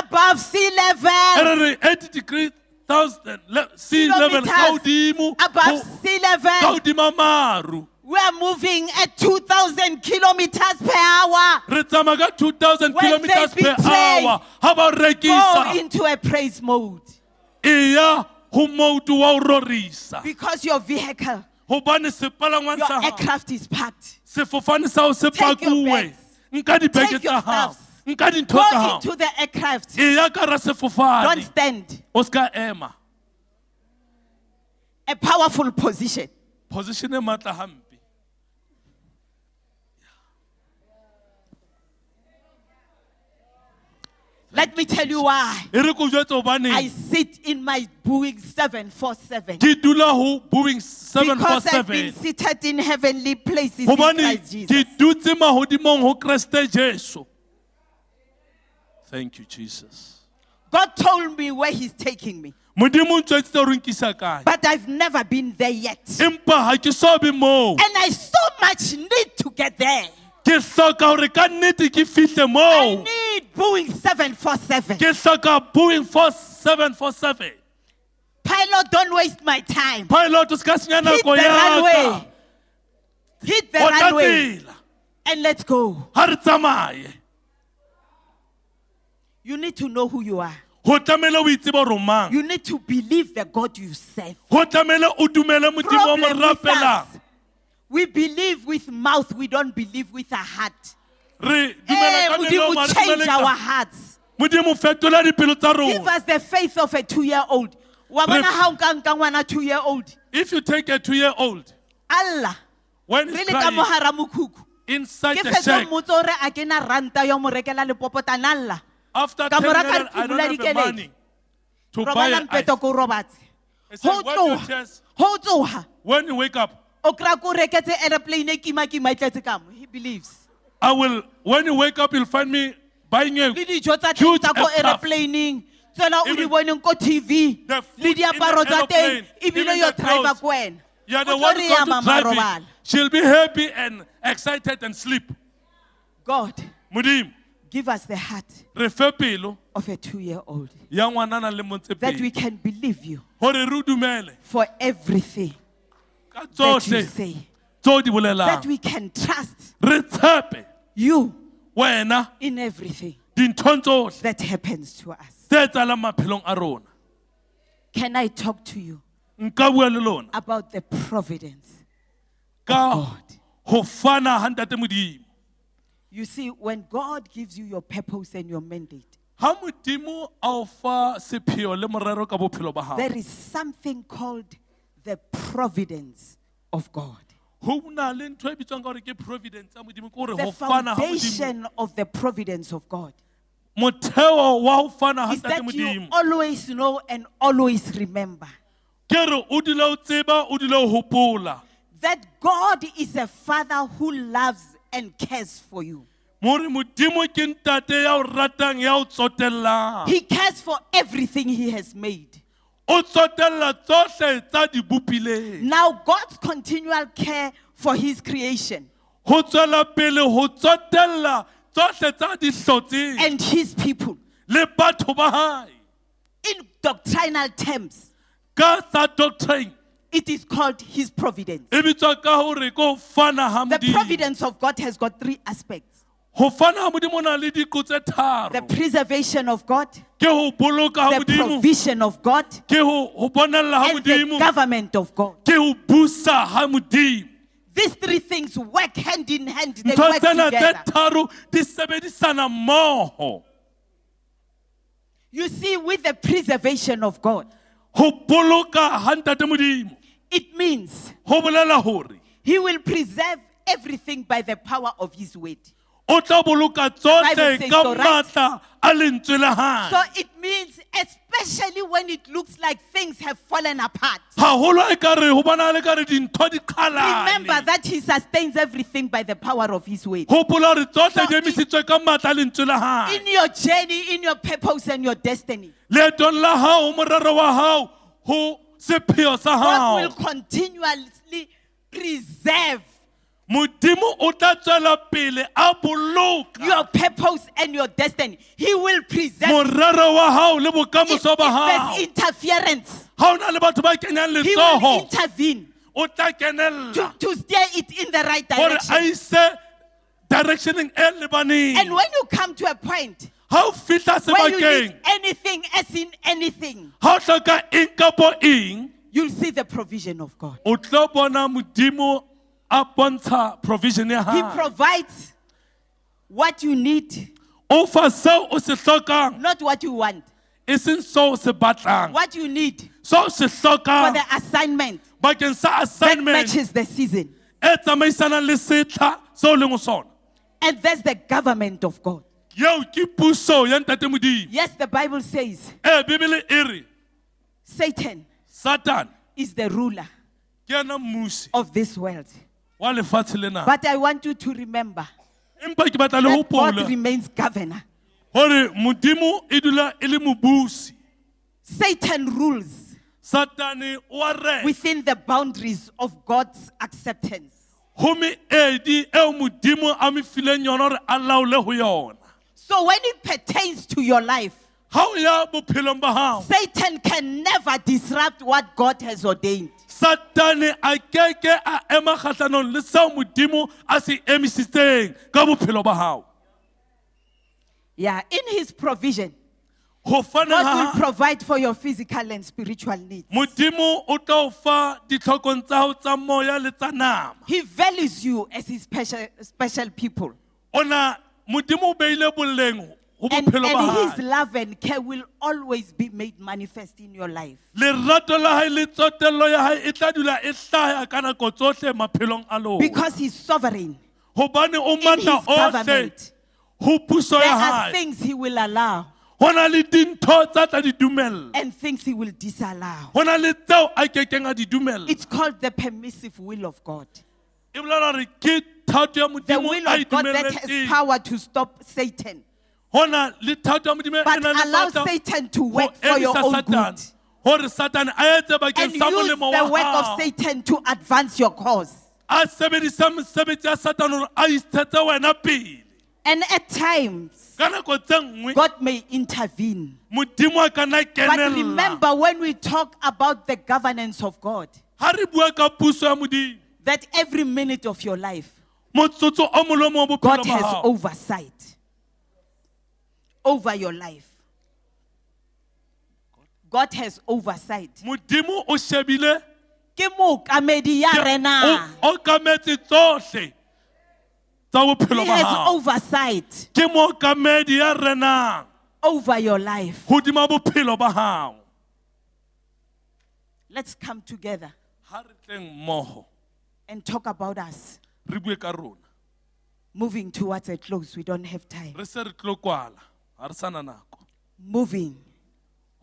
Speaker 1: above sea level.
Speaker 2: Ere re 80 degree thousand le- sea level
Speaker 1: Kilometers
Speaker 2: ka hodimo
Speaker 1: Above
Speaker 2: ho-
Speaker 1: sea
Speaker 2: ka
Speaker 1: level.
Speaker 2: hodima maru
Speaker 1: We are moving at 2,000 kilometers per hour.
Speaker 2: re tsamaya ka
Speaker 1: When
Speaker 2: 2000
Speaker 1: they
Speaker 2: kilometers per
Speaker 1: betray,
Speaker 2: hour ha ba o
Speaker 1: Go
Speaker 2: rekisa
Speaker 1: into a praise mode
Speaker 2: e ya ho moutu wa ho rorisa
Speaker 1: because your vehicle,
Speaker 2: hobane sepalangwang
Speaker 1: your
Speaker 2: sa hao
Speaker 1: aircraft is packed.
Speaker 2: sefofane sa hao se
Speaker 1: Take your
Speaker 2: pakuwe
Speaker 1: bags.
Speaker 2: nka dibeke
Speaker 1: Take your
Speaker 2: tsa hao
Speaker 1: stuffs.
Speaker 2: nka dintho
Speaker 1: Go
Speaker 2: tsa hao
Speaker 1: into the aircraft.
Speaker 2: e ya ka ra
Speaker 1: Don't
Speaker 2: sefofane
Speaker 1: stand.
Speaker 2: o ska ema
Speaker 1: A powerful position.
Speaker 2: position e matla hampe
Speaker 1: Let me tell you why.
Speaker 2: e re ko jwetse
Speaker 1: I
Speaker 2: hobaneng
Speaker 1: sit in my Boeing 747.
Speaker 2: ke dula ho boeing
Speaker 1: Because I've been
Speaker 2: 747
Speaker 1: seated in heavenly places in
Speaker 2: Hobane
Speaker 1: Christ
Speaker 2: ke
Speaker 1: Jesus.
Speaker 2: dutse mahodimong ho Kreste Jesu. Thank you, Jesus.
Speaker 1: God told me where He's taking me,
Speaker 2: Modimo o ntjwetsitse hore o nkisa kae.
Speaker 1: but I've never been there yet. And
Speaker 2: Empa ha ke so be moo.
Speaker 1: I so much need to get there.
Speaker 2: Ke hloka hore ka nnete ke fihle moo.
Speaker 1: I need Boeing 747.
Speaker 2: Ke hloka Boeing 4747.
Speaker 1: Pilot, don't waste my time.
Speaker 2: Pilot o ska senya
Speaker 1: Hit the
Speaker 2: nako ya
Speaker 1: runway.
Speaker 2: ka.
Speaker 1: Hit the
Speaker 2: O tla
Speaker 1: runway
Speaker 2: tsela.
Speaker 1: and let's go.
Speaker 2: Ha re tsamaye.
Speaker 1: You need to know who you are.
Speaker 2: Ho tlamehile o itsebe hore o mang.
Speaker 1: You need to believe the God you serve.
Speaker 2: Ho tlamehile o dumele Modimo o mo
Speaker 1: Problem with
Speaker 2: rapelang.
Speaker 1: us, We believe with mouth, we don't believe with our heart.
Speaker 2: Re
Speaker 1: Eh,
Speaker 2: dumela ka
Speaker 1: Modimo,
Speaker 2: melomo, ha re dumele
Speaker 1: change
Speaker 2: ka-
Speaker 1: our hearts.
Speaker 2: modimo fetola dipelo tsa
Speaker 1: Give
Speaker 2: rona
Speaker 1: us the faith of a two-year-old. Wa bona
Speaker 2: Re-
Speaker 1: ha o nka nka ngwana two-year-old.
Speaker 2: if you take a two year old
Speaker 1: Allah,
Speaker 2: when
Speaker 1: re
Speaker 2: he's
Speaker 1: le ka mo
Speaker 2: crying
Speaker 1: hara mokhukhu.
Speaker 2: inside
Speaker 1: Ke
Speaker 2: the
Speaker 1: fetse
Speaker 2: shack
Speaker 1: mmotse hore ha ke na ranta ya ho mo rekela lepopotana, Allah.
Speaker 2: after
Speaker 1: ka
Speaker 2: 10
Speaker 1: mora ka
Speaker 2: million I
Speaker 1: phumula
Speaker 2: don't have the
Speaker 1: dikeledi.
Speaker 2: money to buy
Speaker 1: Robala
Speaker 2: an ice
Speaker 1: mpeto ko robatse.
Speaker 2: It's
Speaker 1: Ho
Speaker 2: like, what you
Speaker 1: tloha,
Speaker 2: just-
Speaker 1: ho tloha.
Speaker 2: when you wake up
Speaker 1: O kra ko reketse aeroplane e kima-kima e tletse ka mo. He believes.
Speaker 2: I will when you wake up you'll find me buying a
Speaker 1: le dijo tsa teng
Speaker 2: Huge
Speaker 1: tsa ko
Speaker 2: aircraft.
Speaker 1: aeroplaneng tsena o di
Speaker 2: Even-
Speaker 1: boneng ko tv
Speaker 2: The food
Speaker 1: le
Speaker 2: in the
Speaker 1: diaparo tsa teng
Speaker 2: aeroplane,
Speaker 1: ebile
Speaker 2: even
Speaker 1: yo
Speaker 2: the
Speaker 1: driver
Speaker 2: clothes.
Speaker 1: ko wena
Speaker 2: you're the
Speaker 1: O tlo
Speaker 2: one
Speaker 1: re
Speaker 2: who's
Speaker 1: ya,
Speaker 2: going to
Speaker 1: "Mama,
Speaker 2: drive
Speaker 1: robala."
Speaker 2: it she'll be happy and excited and sleep
Speaker 1: god
Speaker 2: modimo
Speaker 1: Give us the heart
Speaker 2: re fe pelo
Speaker 1: of a two year old
Speaker 2: ya ngwanana le
Speaker 1: that we
Speaker 2: montsepedi
Speaker 1: can believe you
Speaker 2: gore re o dumele
Speaker 1: for everything
Speaker 2: ka
Speaker 1: that you
Speaker 2: tsotlhe
Speaker 1: say,
Speaker 2: tse o di
Speaker 1: that
Speaker 2: bolelang
Speaker 1: we can trust
Speaker 2: re tshepe
Speaker 1: you
Speaker 2: wena
Speaker 1: in everything
Speaker 2: dinthong tsotlhe
Speaker 1: that happens to us.
Speaker 2: tse tsalang maphelong a rona
Speaker 1: Can I talk to you
Speaker 2: nka bua le lona
Speaker 1: about the providence?
Speaker 2: ka
Speaker 1: God.
Speaker 2: go fana ga ntate modimo
Speaker 1: You see, when God gives you your purpose and your mandate,
Speaker 2: ga modimo a o fa sepheo le morero ka bophelo ba gago
Speaker 1: there is something called the providence of God.
Speaker 2: go na le ntho e bitswang ka gore ke providence ya modimo ke gore
Speaker 1: The
Speaker 2: go fana ga modimo
Speaker 1: foundation of the providence of God
Speaker 2: motheo wa go fana ga
Speaker 1: is
Speaker 2: ntate
Speaker 1: that you
Speaker 2: modimo
Speaker 1: always know and always remember
Speaker 2: ke re o dule o tseba o dule o hopola
Speaker 1: that God is a father who loves and cares for you.
Speaker 2: more modimo ke ntate ya o ratang ya o tsotellang
Speaker 1: He cares for everything He has made.
Speaker 2: o tsotella tsohle tsa di bopileng
Speaker 1: Now, God's continual care for His creation
Speaker 2: ho tswela pele ho tsotella tsohle tsa di hlotseng
Speaker 1: and His people
Speaker 2: le batho ba hae
Speaker 1: in doctrinal terms.
Speaker 2: ka sa doctrine
Speaker 1: It is called his providence.
Speaker 2: e bitswa ka hore ke ho fana ha
Speaker 1: The
Speaker 2: modimo
Speaker 1: providence of God has got three aspects
Speaker 2: ho fana ha modimo o na le diko tse
Speaker 1: the
Speaker 2: tharo
Speaker 1: preservation of God,
Speaker 2: ke ho boloka
Speaker 1: the
Speaker 2: ha modimo
Speaker 1: provision of God,
Speaker 2: ke ho ho bonella ha
Speaker 1: and the
Speaker 2: modimo
Speaker 1: government of God.
Speaker 2: ke ho busa ha modimo
Speaker 1: These three things work hand in hand, they
Speaker 2: ntho
Speaker 1: work
Speaker 2: tsena tse
Speaker 1: together.
Speaker 2: tharo di sebedisana mmoho
Speaker 1: You see, with the preservation of God,
Speaker 2: ho boloka ha ntate modimo
Speaker 1: it means
Speaker 2: ho bolela hore
Speaker 1: he will preserve everything by the power of his word.
Speaker 2: o tla boloka
Speaker 1: Bible
Speaker 2: tsohle
Speaker 1: says
Speaker 2: ka
Speaker 1: so, right?
Speaker 2: matla a lentswe la
Speaker 1: So
Speaker 2: hae
Speaker 1: it means, especially when it looks like things have fallen apart,
Speaker 2: haholo e kare ho bona le kare dintho di qhalane.
Speaker 1: remember that he sustains everything by the power of his word.
Speaker 2: hopola hore tsohle
Speaker 1: So
Speaker 2: di
Speaker 1: in-
Speaker 2: emisitswe ka matla a lentswe la hae
Speaker 1: in your journey, in your purpose and your destiny.
Speaker 2: leetong la hao morero wa hao ho sepheo sa
Speaker 1: God will
Speaker 2: hao
Speaker 1: continuously preserve
Speaker 2: modimo o tla tswela pele a boloka
Speaker 1: your purpose and your destiny. He will preserve
Speaker 2: morero wa hao le bokamoso ba
Speaker 1: if
Speaker 2: hao
Speaker 1: there's interference.
Speaker 2: ha o na le batho ba kenyang
Speaker 1: He will
Speaker 2: letsoho
Speaker 1: intervene
Speaker 2: o tla
Speaker 1: to,
Speaker 2: kenella
Speaker 1: to steer it in the right
Speaker 2: gore a
Speaker 1: direction.
Speaker 2: ise directioneng e lebaneng
Speaker 1: And when you come to a point
Speaker 2: ha o fihla
Speaker 1: where you
Speaker 2: sebakeng
Speaker 1: need anything, as in anything,
Speaker 2: ha o hloka eng kapo eng
Speaker 1: you'll see the provision of God.
Speaker 2: o tlo bona modimo a bontsha provision ya
Speaker 1: He
Speaker 2: hae
Speaker 1: provides what you need,
Speaker 2: o fa seo o se hlokang
Speaker 1: not what you want.
Speaker 2: e seng seo o se batlang
Speaker 1: What you need
Speaker 2: seo o se
Speaker 1: for
Speaker 2: hlokang
Speaker 1: the assignment.
Speaker 2: bakeng sa
Speaker 1: that
Speaker 2: Ah. assignment
Speaker 1: matches the season.
Speaker 2: e tsamaisanang le setlha se o leng ho sona
Speaker 1: And that's the government of God.
Speaker 2: yeo ke puso ya ntate modimo
Speaker 1: Yes, the Bible says
Speaker 2: ee bibele e re
Speaker 1: Satan
Speaker 2: satan
Speaker 1: is the ruler
Speaker 2: ke yena mmusi
Speaker 1: of this world.
Speaker 2: wa lefatshe lena
Speaker 1: But I want you to remember
Speaker 2: empa ke batla le
Speaker 1: that God
Speaker 2: hopola
Speaker 1: remains governor.
Speaker 2: gore modimo e dula e le mobusi
Speaker 1: Satan rules
Speaker 2: satane o a rena
Speaker 1: within the boundaries of God's acceptance.
Speaker 2: go meedi eo modimo a mefileng yona gore a laole go yona
Speaker 1: So when it pertains to your life,
Speaker 2: ga o ya bophelong ba gago
Speaker 1: Satan can never disrupt what God has ordained.
Speaker 2: satane a keke a ema kgatlhanong le seo modimo a se emisitseng ka bophelo ba gago
Speaker 1: Yeah, in his provision,
Speaker 2: go faneng ha
Speaker 1: God will
Speaker 2: ha-
Speaker 1: provide for your physical and spiritual needs.
Speaker 2: modimo o tla o fa ditlhokong tsa gago tsa moya le tsa nama
Speaker 1: He values you as his special, special people.
Speaker 2: ona modimo o beile boleng go
Speaker 1: And,
Speaker 2: bophelo
Speaker 1: and
Speaker 2: ba
Speaker 1: his
Speaker 2: gae
Speaker 1: love and care will always be made manifest in your life.
Speaker 2: lerato la gae le tsotelelo ya gae e tla dula e tlhaya ka nako tsotlhe maphelong a lona
Speaker 1: Because he's sovereign.
Speaker 2: gobane o
Speaker 1: In his
Speaker 2: maatla otlhe
Speaker 1: government,
Speaker 2: go puso
Speaker 1: there
Speaker 2: ya
Speaker 1: are
Speaker 2: gae
Speaker 1: things he will allow
Speaker 2: go na le dintho tsa tla di dumelela
Speaker 1: and things he will disallow.
Speaker 2: go na le tseo a kekeng a di dumella
Speaker 1: It's called the permissive will of God.
Speaker 2: e bolela gore ke thato ya
Speaker 1: The
Speaker 2: modimo
Speaker 1: will
Speaker 2: a e
Speaker 1: of God that has
Speaker 2: dumeletseng
Speaker 1: power to stop Satan,
Speaker 2: go na le thato ya modimo e
Speaker 1: but
Speaker 2: na le
Speaker 1: allow
Speaker 2: matla
Speaker 1: Satan to
Speaker 2: ho
Speaker 1: work for your
Speaker 2: emisa
Speaker 1: own good.
Speaker 2: Satane, gore satane a etse
Speaker 1: And
Speaker 2: bakeng
Speaker 1: use
Speaker 2: sa molemo
Speaker 1: the work
Speaker 2: wa
Speaker 1: of
Speaker 2: gago
Speaker 1: Satan to advance your cause.
Speaker 2: a sebedisa mosebetsi ya satane gore a isetse wena pele
Speaker 1: And at times,
Speaker 2: ka nako tse nngwe
Speaker 1: God may intervene.
Speaker 2: modimo a kana
Speaker 1: But
Speaker 2: kenelela
Speaker 1: remember, when we talk about the governance of God,
Speaker 2: ga re bua ka puso ya modimo
Speaker 1: that every minute of your life,
Speaker 2: motsotso o mole o mong wa bophelo
Speaker 1: God
Speaker 2: ba
Speaker 1: has
Speaker 2: hao.
Speaker 1: oversight over your life. God has oversight.
Speaker 2: modimo o shebile
Speaker 1: Ke mookamedi ya rena.
Speaker 2: o okametse tsohle tsa bophelo
Speaker 1: He
Speaker 2: ba
Speaker 1: has
Speaker 2: hao
Speaker 1: oversight
Speaker 2: ke mookamedi ya renang
Speaker 1: over your life.
Speaker 2: hodima bophelo ba hao
Speaker 1: Let's come together
Speaker 2: ha re tleng mmoho
Speaker 1: and talk about us
Speaker 2: re bue ka rona
Speaker 1: moving towards a close. We don't have time.
Speaker 2: re se re tlo kwala ha re sana nako
Speaker 1: Moving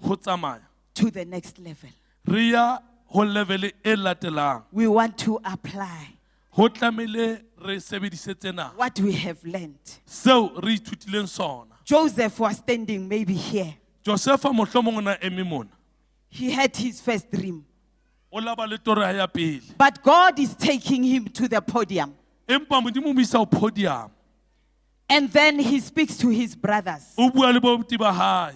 Speaker 2: ho tsamaya
Speaker 1: to the next level.
Speaker 2: re ya ho level e latelang
Speaker 1: We want to apply
Speaker 2: ho tlamehile re sebedise tsena
Speaker 1: what we have learned.
Speaker 2: seo re ithutileng sona
Speaker 1: Joseph was standing maybe here.
Speaker 2: josefa mohlomong o na eme mona
Speaker 1: He had his first dream.
Speaker 2: o laba le toro ya hae ya pele
Speaker 1: But God is taking him to the podium.
Speaker 2: empa modimo o mo isa ho podium
Speaker 1: And then he speaks to his brothers.
Speaker 2: o bua le bouti ba hae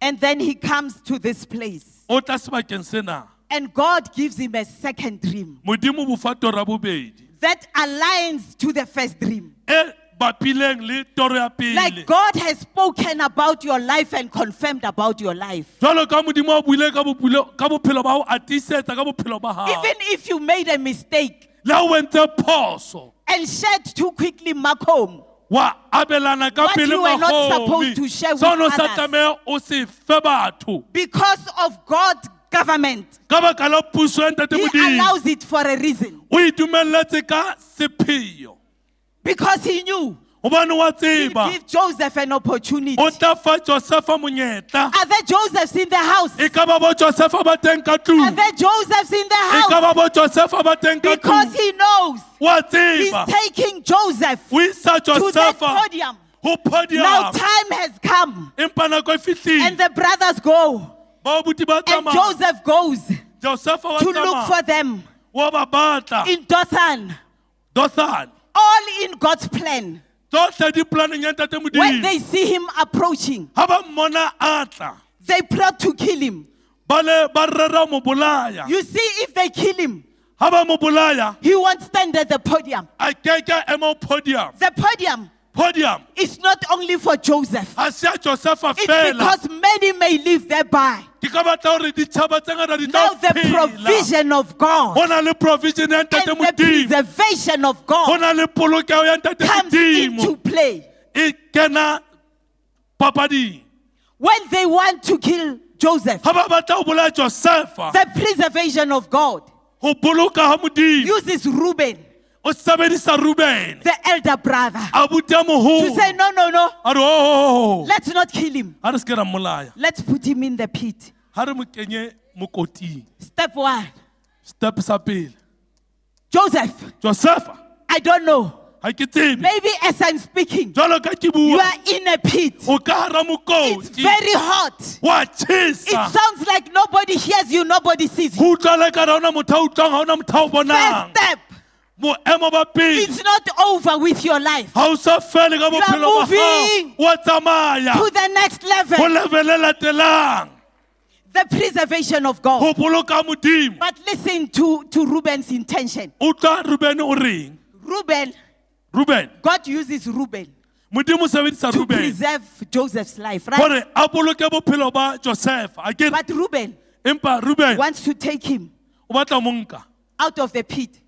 Speaker 1: And then he comes to this place.
Speaker 2: o tla sebakeng sena
Speaker 1: And God gives him a second dream
Speaker 2: modimo bofa toro ya bobedi
Speaker 1: that aligns to the first dream.
Speaker 2: e bapileng le toro ya pele
Speaker 1: Like God has spoken about your life and confirmed about your life.
Speaker 2: jwalo ka modimo a buile ka bophelo- ka bophelo ba hao a tiisetsa ka bophelo ba hao
Speaker 1: Even if you made a mistake
Speaker 2: le ha o entse phoso
Speaker 1: and shared too quickly back home,
Speaker 2: wa abelana ka
Speaker 1: What
Speaker 2: pele
Speaker 1: you were not
Speaker 2: mahomi
Speaker 1: supposed to share with
Speaker 2: seno sa
Speaker 1: others.
Speaker 2: tlameha o se fe batho
Speaker 1: because of God's government,
Speaker 2: ka baka la puso ya ntate
Speaker 1: He
Speaker 2: modimo
Speaker 1: allows it for a reason.
Speaker 2: o itumelletse ka sepheo
Speaker 1: Because He knew
Speaker 2: gobane wa
Speaker 1: He
Speaker 2: tseba
Speaker 1: gave Joseph an opportunity.
Speaker 2: o tla fa josefa monyetla
Speaker 1: Are there Josephs in the house?
Speaker 2: e ka ba bo josefa ba teng ka
Speaker 1: Are
Speaker 2: tlung
Speaker 1: there Josephs in the
Speaker 2: e ka
Speaker 1: house?
Speaker 2: ba bo josefa ba teng ka
Speaker 1: Because
Speaker 2: tlung
Speaker 1: he knows
Speaker 2: wa
Speaker 1: he's
Speaker 2: tseba
Speaker 1: taking Joseph
Speaker 2: o isa
Speaker 1: to that
Speaker 2: josefa
Speaker 1: podium.
Speaker 2: go
Speaker 1: Now
Speaker 2: podium
Speaker 1: time has come.
Speaker 2: empa nako e
Speaker 1: And
Speaker 2: fitlhile
Speaker 1: the brothers go.
Speaker 2: baobuti ba
Speaker 1: And
Speaker 2: tsamaya
Speaker 1: Joseph goes to
Speaker 2: josefa wa
Speaker 1: look for
Speaker 2: tsamaya
Speaker 1: them
Speaker 2: wa ba batla
Speaker 1: in Dothan,
Speaker 2: dothane
Speaker 1: all in God's plan.
Speaker 2: tsohle di planeng ya ntate
Speaker 1: When
Speaker 2: modimo
Speaker 1: they see him approaching,
Speaker 2: ha ba mmona a tla
Speaker 1: they plot to kill him.
Speaker 2: ba le ba rera ho mo bolaya
Speaker 1: You see, if they kill him,
Speaker 2: ha ba mo bolaya
Speaker 1: he won't stand at the podium.
Speaker 2: a keke ema ho podium
Speaker 1: The podium
Speaker 2: podium
Speaker 1: is not only for Joseph,
Speaker 2: ha se ya josefa
Speaker 1: it's
Speaker 2: fela
Speaker 1: because many may live thereby.
Speaker 2: ke ka batla hore ditšhaba tse ngata di
Speaker 1: Now
Speaker 2: tla
Speaker 1: the
Speaker 2: phela
Speaker 1: provision of God
Speaker 2: go na le provision ya
Speaker 1: and
Speaker 2: ntate
Speaker 1: the
Speaker 2: modimo
Speaker 1: preservation of
Speaker 2: go
Speaker 1: God
Speaker 2: na le polokeho ya ntate
Speaker 1: comes into
Speaker 2: modimo
Speaker 1: play.
Speaker 2: e kena papading
Speaker 1: When they want to kill Joseph,
Speaker 2: ha ba batla ho bolaya josefa
Speaker 1: the preservation of God
Speaker 2: ho boloka ha modimo
Speaker 1: uses Reuben,
Speaker 2: o sebedisa ruben
Speaker 1: the elder brother,
Speaker 2: abuti ya
Speaker 1: to say,
Speaker 2: moholo
Speaker 1: No, no, no,
Speaker 2: a re "Oh,
Speaker 1: let's not kill him.
Speaker 2: ha re se ke ra mmolaya
Speaker 1: Let's put him in the pit.
Speaker 2: ha re mo kenye mokoting
Speaker 1: Step one
Speaker 2: step sa pele
Speaker 1: Joseph,
Speaker 2: josefa
Speaker 1: I don't know.
Speaker 2: ha ke tsebe
Speaker 1: Maybe as I'm speaking,
Speaker 2: jalo ka ke
Speaker 1: you
Speaker 2: bua
Speaker 1: are in a pit.
Speaker 2: o ka hara
Speaker 1: It's
Speaker 2: mokoti
Speaker 1: very hot.
Speaker 2: wa
Speaker 1: It
Speaker 2: tjhesa
Speaker 1: sounds like nobody hears you, nobody sees you.
Speaker 2: ho utlwala ka ra ona motho a utlwang ha ona motho a o
Speaker 1: First
Speaker 2: bonang
Speaker 1: step,
Speaker 2: boemo ba pele
Speaker 1: it's not over with your life.
Speaker 2: ha o sa fele ka
Speaker 1: are
Speaker 2: bophelo ba
Speaker 1: moving
Speaker 2: hao wa tsamaya
Speaker 1: to the next
Speaker 2: ho
Speaker 1: level,
Speaker 2: lebele latelang
Speaker 1: the preservation of God.
Speaker 2: ho boloka modimo
Speaker 1: But listen to, to Reuben's intention.
Speaker 2: utlwa ruben o reng
Speaker 1: Reuben,
Speaker 2: ruben
Speaker 1: God uses Reuben
Speaker 2: modimo o sebedisa
Speaker 1: to
Speaker 2: ruben
Speaker 1: preserve Joseph's life, right?
Speaker 2: hore a boloke bophelo ba josefa akere
Speaker 1: But Reuben
Speaker 2: empa ruben
Speaker 1: wants to take him
Speaker 2: o batla ho mo nka
Speaker 1: out of the pit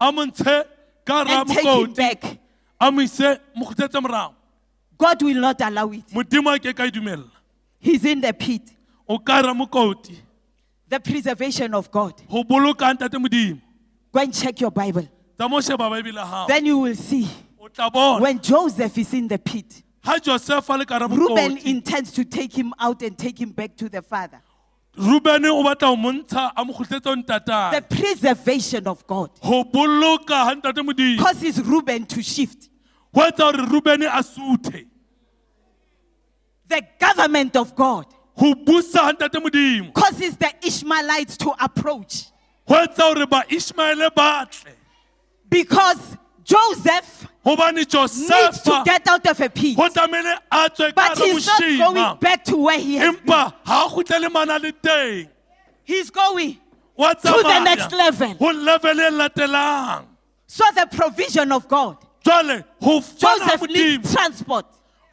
Speaker 2: a mo ntshe ka hara
Speaker 1: and take him
Speaker 2: mokoti
Speaker 1: back.
Speaker 2: a mo ise mo kgutletse morago
Speaker 1: God will not allow it.
Speaker 2: modimo a ke ka e dumela
Speaker 1: He's in the pit.
Speaker 2: o ka hara mokoti
Speaker 1: The preservation of God.
Speaker 2: go boloka ntate modimo
Speaker 1: Go and check your Bible.
Speaker 2: tsa mo sheba baebile gago
Speaker 1: Then you will see
Speaker 2: o tla bona
Speaker 1: when Joseph is in the pit,
Speaker 2: ga josefa le ka hara
Speaker 1: Reuben
Speaker 2: mokoti
Speaker 1: intends to take him out and take him back to the father.
Speaker 2: rubene o batla go montsha a mo kgutletse o
Speaker 1: The
Speaker 2: ntatane
Speaker 1: preservation of God
Speaker 2: go boloka ga ntate modimo
Speaker 1: causes Reuben to shift.
Speaker 2: go etsa gore rubene a suthe
Speaker 1: The government of God
Speaker 2: go busa ga ntate modimo
Speaker 1: causes the Ishmaelites to approach
Speaker 2: go etsa gore baishmaele batle
Speaker 1: because Joseph
Speaker 2: gobane
Speaker 1: needs to
Speaker 2: josefa
Speaker 1: get out of a pit.
Speaker 2: go tlamehile a tswe ka
Speaker 1: But
Speaker 2: re
Speaker 1: he's not going
Speaker 2: bošima
Speaker 1: back to where he has.
Speaker 2: empa ga a gotlele mana le teng
Speaker 1: He's going
Speaker 2: wa
Speaker 1: to the next
Speaker 2: tsamaya
Speaker 1: level.
Speaker 2: go levele e latelang
Speaker 1: So the provision of God.
Speaker 2: jale go fana ga
Speaker 1: Joseph needs
Speaker 2: modimo
Speaker 1: transport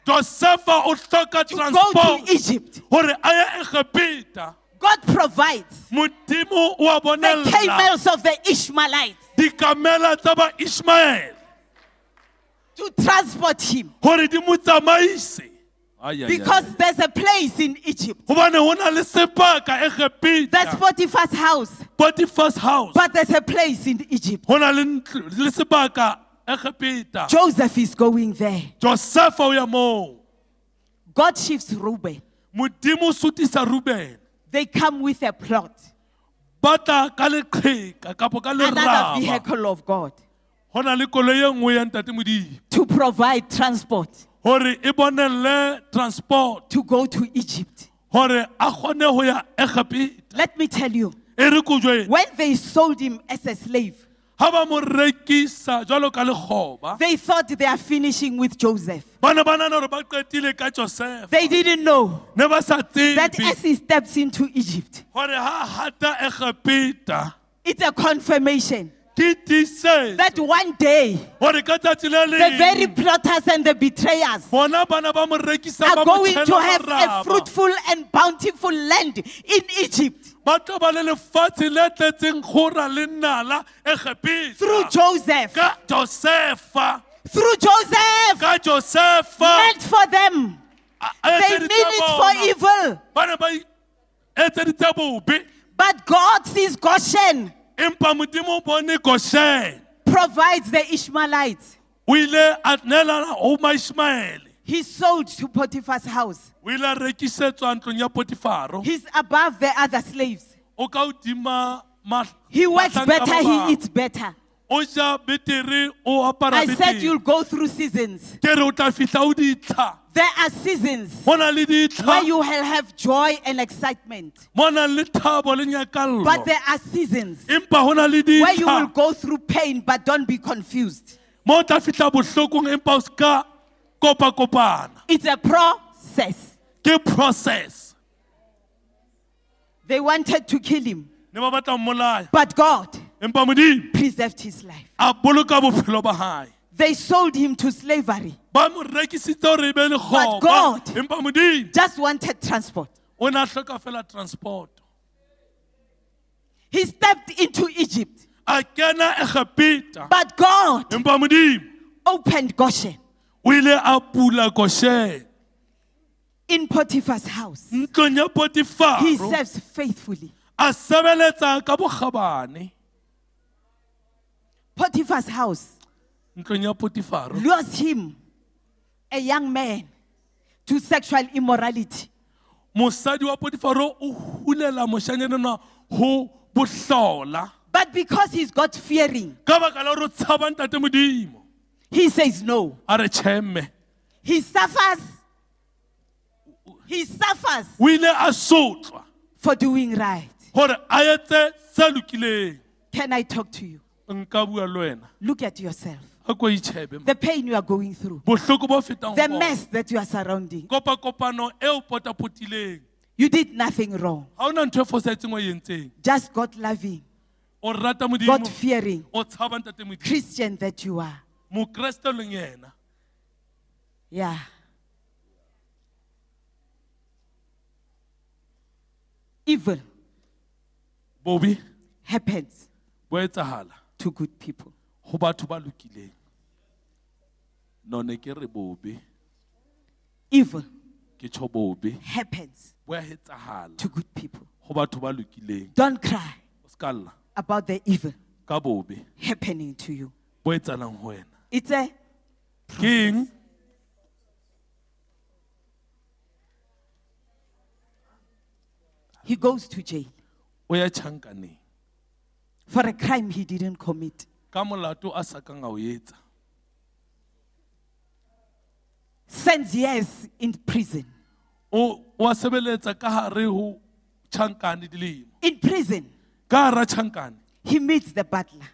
Speaker 2: josefa o tlhoka
Speaker 1: to go to
Speaker 2: transport
Speaker 1: Egypt.
Speaker 2: gore a ye e egepeta
Speaker 1: God provides
Speaker 2: modimo o a
Speaker 1: the
Speaker 2: bonelela
Speaker 1: camels of the Ishmaelites
Speaker 2: dikamela tsa ba ishmaele
Speaker 1: to transport him
Speaker 2: gore di mo tsamaise
Speaker 1: because there's a place in Egypt.
Speaker 2: gobane go na le sebaka e egepeta
Speaker 1: That's Potiphar's house,
Speaker 2: Potiphar's house.
Speaker 1: but there's a place in Egypt.
Speaker 2: Ho na le ntlo- le sebaka Egepeta.
Speaker 1: Joseph is going there.
Speaker 2: Joseph o ya moo.
Speaker 1: God shifts Reuben.
Speaker 2: Modimo o sutisa Reuben.
Speaker 1: They come with a plot,
Speaker 2: Ba tla ka leqheka kapo ka
Speaker 1: another
Speaker 2: leraba.
Speaker 1: vehicle of God
Speaker 2: Ho na le koloi e nngwe ya Ntate Modimo.
Speaker 1: to provide transport
Speaker 2: Hore e bonelle transport.
Speaker 1: to go to Egypt.
Speaker 2: Hore a kgone ho ya Egepeta.
Speaker 1: Let me tell you,
Speaker 2: E re ko jwetse,
Speaker 1: when they sold him as a slave,
Speaker 2: ha ba mo rekisa jwalo ka lekgoba,
Speaker 1: they thought they are finishing with Joseph.
Speaker 2: ba ne ba nahana hore ba qetile ka Joseph.
Speaker 1: They didn't know
Speaker 2: Ne ba sa
Speaker 1: that as
Speaker 2: tsebe
Speaker 1: he steps into Egypt,
Speaker 2: hore ha hata Egepeta.
Speaker 1: it's a confirmation
Speaker 2: Ke tiisetso.
Speaker 1: that one day
Speaker 2: gore ka tsatsi le
Speaker 1: the very
Speaker 2: leng
Speaker 1: plotters and the betrayers
Speaker 2: bona bana ba mo rekisa
Speaker 1: are
Speaker 2: ba
Speaker 1: going to
Speaker 2: motshela
Speaker 1: have a
Speaker 2: maraba
Speaker 1: fruitful and bountiful land in Egypt
Speaker 2: ba tlo ba le lefatshe le tletseng kgora le nala
Speaker 1: through
Speaker 2: egepita
Speaker 1: Joseph.
Speaker 2: ka josefa
Speaker 1: Through Joseph,
Speaker 2: ka josefa
Speaker 1: meant for them.
Speaker 2: a-
Speaker 1: They
Speaker 2: a etseditse
Speaker 1: mean it for evil.
Speaker 2: bona. ba ne ba i- etseditse bobe
Speaker 1: But God sees Goshen,
Speaker 2: empa modimo o bone goshen
Speaker 1: provides the Ishmaelites.
Speaker 2: o ile a neelana ho maishmaele
Speaker 1: He's sold to Potiphar's house.
Speaker 2: o ile a rekisetswa ntlong ya potifaro
Speaker 1: He's above the other slaves.
Speaker 2: o ka hodima ma-
Speaker 1: He works
Speaker 2: mahlanka ba
Speaker 1: better,
Speaker 2: bang.
Speaker 1: he eats better.
Speaker 2: o ja betere o apara
Speaker 1: I said
Speaker 2: betere.
Speaker 1: you'll go through seasons.
Speaker 2: ke re o tla fitlha o ditlha
Speaker 1: There are seasons
Speaker 2: go na le
Speaker 1: where
Speaker 2: ditlha
Speaker 1: you will have joy and excitement.
Speaker 2: mo na le thabo le nyakallo
Speaker 1: But there are seasons
Speaker 2: empa go na le
Speaker 1: where you will
Speaker 2: ditlha
Speaker 1: go through pain, but don't be confused.
Speaker 2: mo o tla fitlha botlhokong empa o seka kopa-kopana
Speaker 1: It's a process.
Speaker 2: ke process
Speaker 1: They wanted to kill him,
Speaker 2: ne ba batla ho mmolaya
Speaker 1: but God
Speaker 2: empa modimo
Speaker 1: preserved his life.
Speaker 2: a boloka bophelo ba gae
Speaker 1: They sold him to slavery,
Speaker 2: ba mo rekisitse gore e be
Speaker 1: But
Speaker 2: lekgoba
Speaker 1: God-
Speaker 2: empa modimo
Speaker 1: just wanted transport.
Speaker 2: o ne a tlhoka fela transport
Speaker 1: He stepped into Egypt,
Speaker 2: a kena egepeta
Speaker 1: but God
Speaker 2: empa modimo
Speaker 1: opened Goshen
Speaker 2: o ile a pula kosheng
Speaker 1: in Potiphar's house.
Speaker 2: ntlong ya
Speaker 1: He
Speaker 2: potifaro
Speaker 1: serves faithfully.
Speaker 2: a sebeletsa ka bokgabane
Speaker 1: Potiphar's house
Speaker 2: ntlong ya potifaro
Speaker 1: lures him, a young man, to sexual immorality.
Speaker 2: mosadi wa potifaro o hulela mošanyanana go bohlola
Speaker 1: But because he's God fearing,
Speaker 2: ka baka la gore o tshabang tate modimo
Speaker 1: he says no.
Speaker 2: a re tšheme
Speaker 1: He suffers. He suffers
Speaker 2: o ile a sotlwa
Speaker 1: for doing right.
Speaker 2: gore a etse se lokileng
Speaker 1: Can I talk to you?
Speaker 2: nka bua le wena
Speaker 1: Look at yourself.
Speaker 2: a ko itšhebe
Speaker 1: The pain you are going through,
Speaker 2: botlhoko bo fetang
Speaker 1: the
Speaker 2: bona.
Speaker 1: mess that you are surrounding.
Speaker 2: kopakopano e o potapotileng
Speaker 1: You did nothing wrong.
Speaker 2: ga o na ntho e fosaetseng o e entseng
Speaker 1: Just God loving,
Speaker 2: o rata
Speaker 1: God
Speaker 2: modimo
Speaker 1: fearing
Speaker 2: o tshabang tate modimo
Speaker 1: Christian that you are.
Speaker 2: mokreste leng yena
Speaker 1: Yeah. Evil
Speaker 2: bobe
Speaker 1: happens
Speaker 2: bo etsahala
Speaker 1: to good people.
Speaker 2: ho batho ba lokileng none ke re bobe
Speaker 1: Evil
Speaker 2: ke tjho bobe
Speaker 1: happens
Speaker 2: bo a etsahala
Speaker 1: to good people.
Speaker 2: ho batho ba lokileng
Speaker 1: Don't cry
Speaker 2: o ska lla
Speaker 1: about the evil
Speaker 2: ka bobe
Speaker 1: happening to you.
Speaker 2: bo etsahalang ho wena
Speaker 1: It's a
Speaker 2: ke eng
Speaker 1: he goes to jail
Speaker 2: o ya tjhankaneng
Speaker 1: for a crime he didn't commit.
Speaker 2: ka molato a sa kang a o etsa
Speaker 1: Sends years in prison.
Speaker 2: o wa sebeletsa ka hare ho tjhankane dilemo
Speaker 1: In prison,
Speaker 2: ka hara tjhankane
Speaker 1: he meets the butler.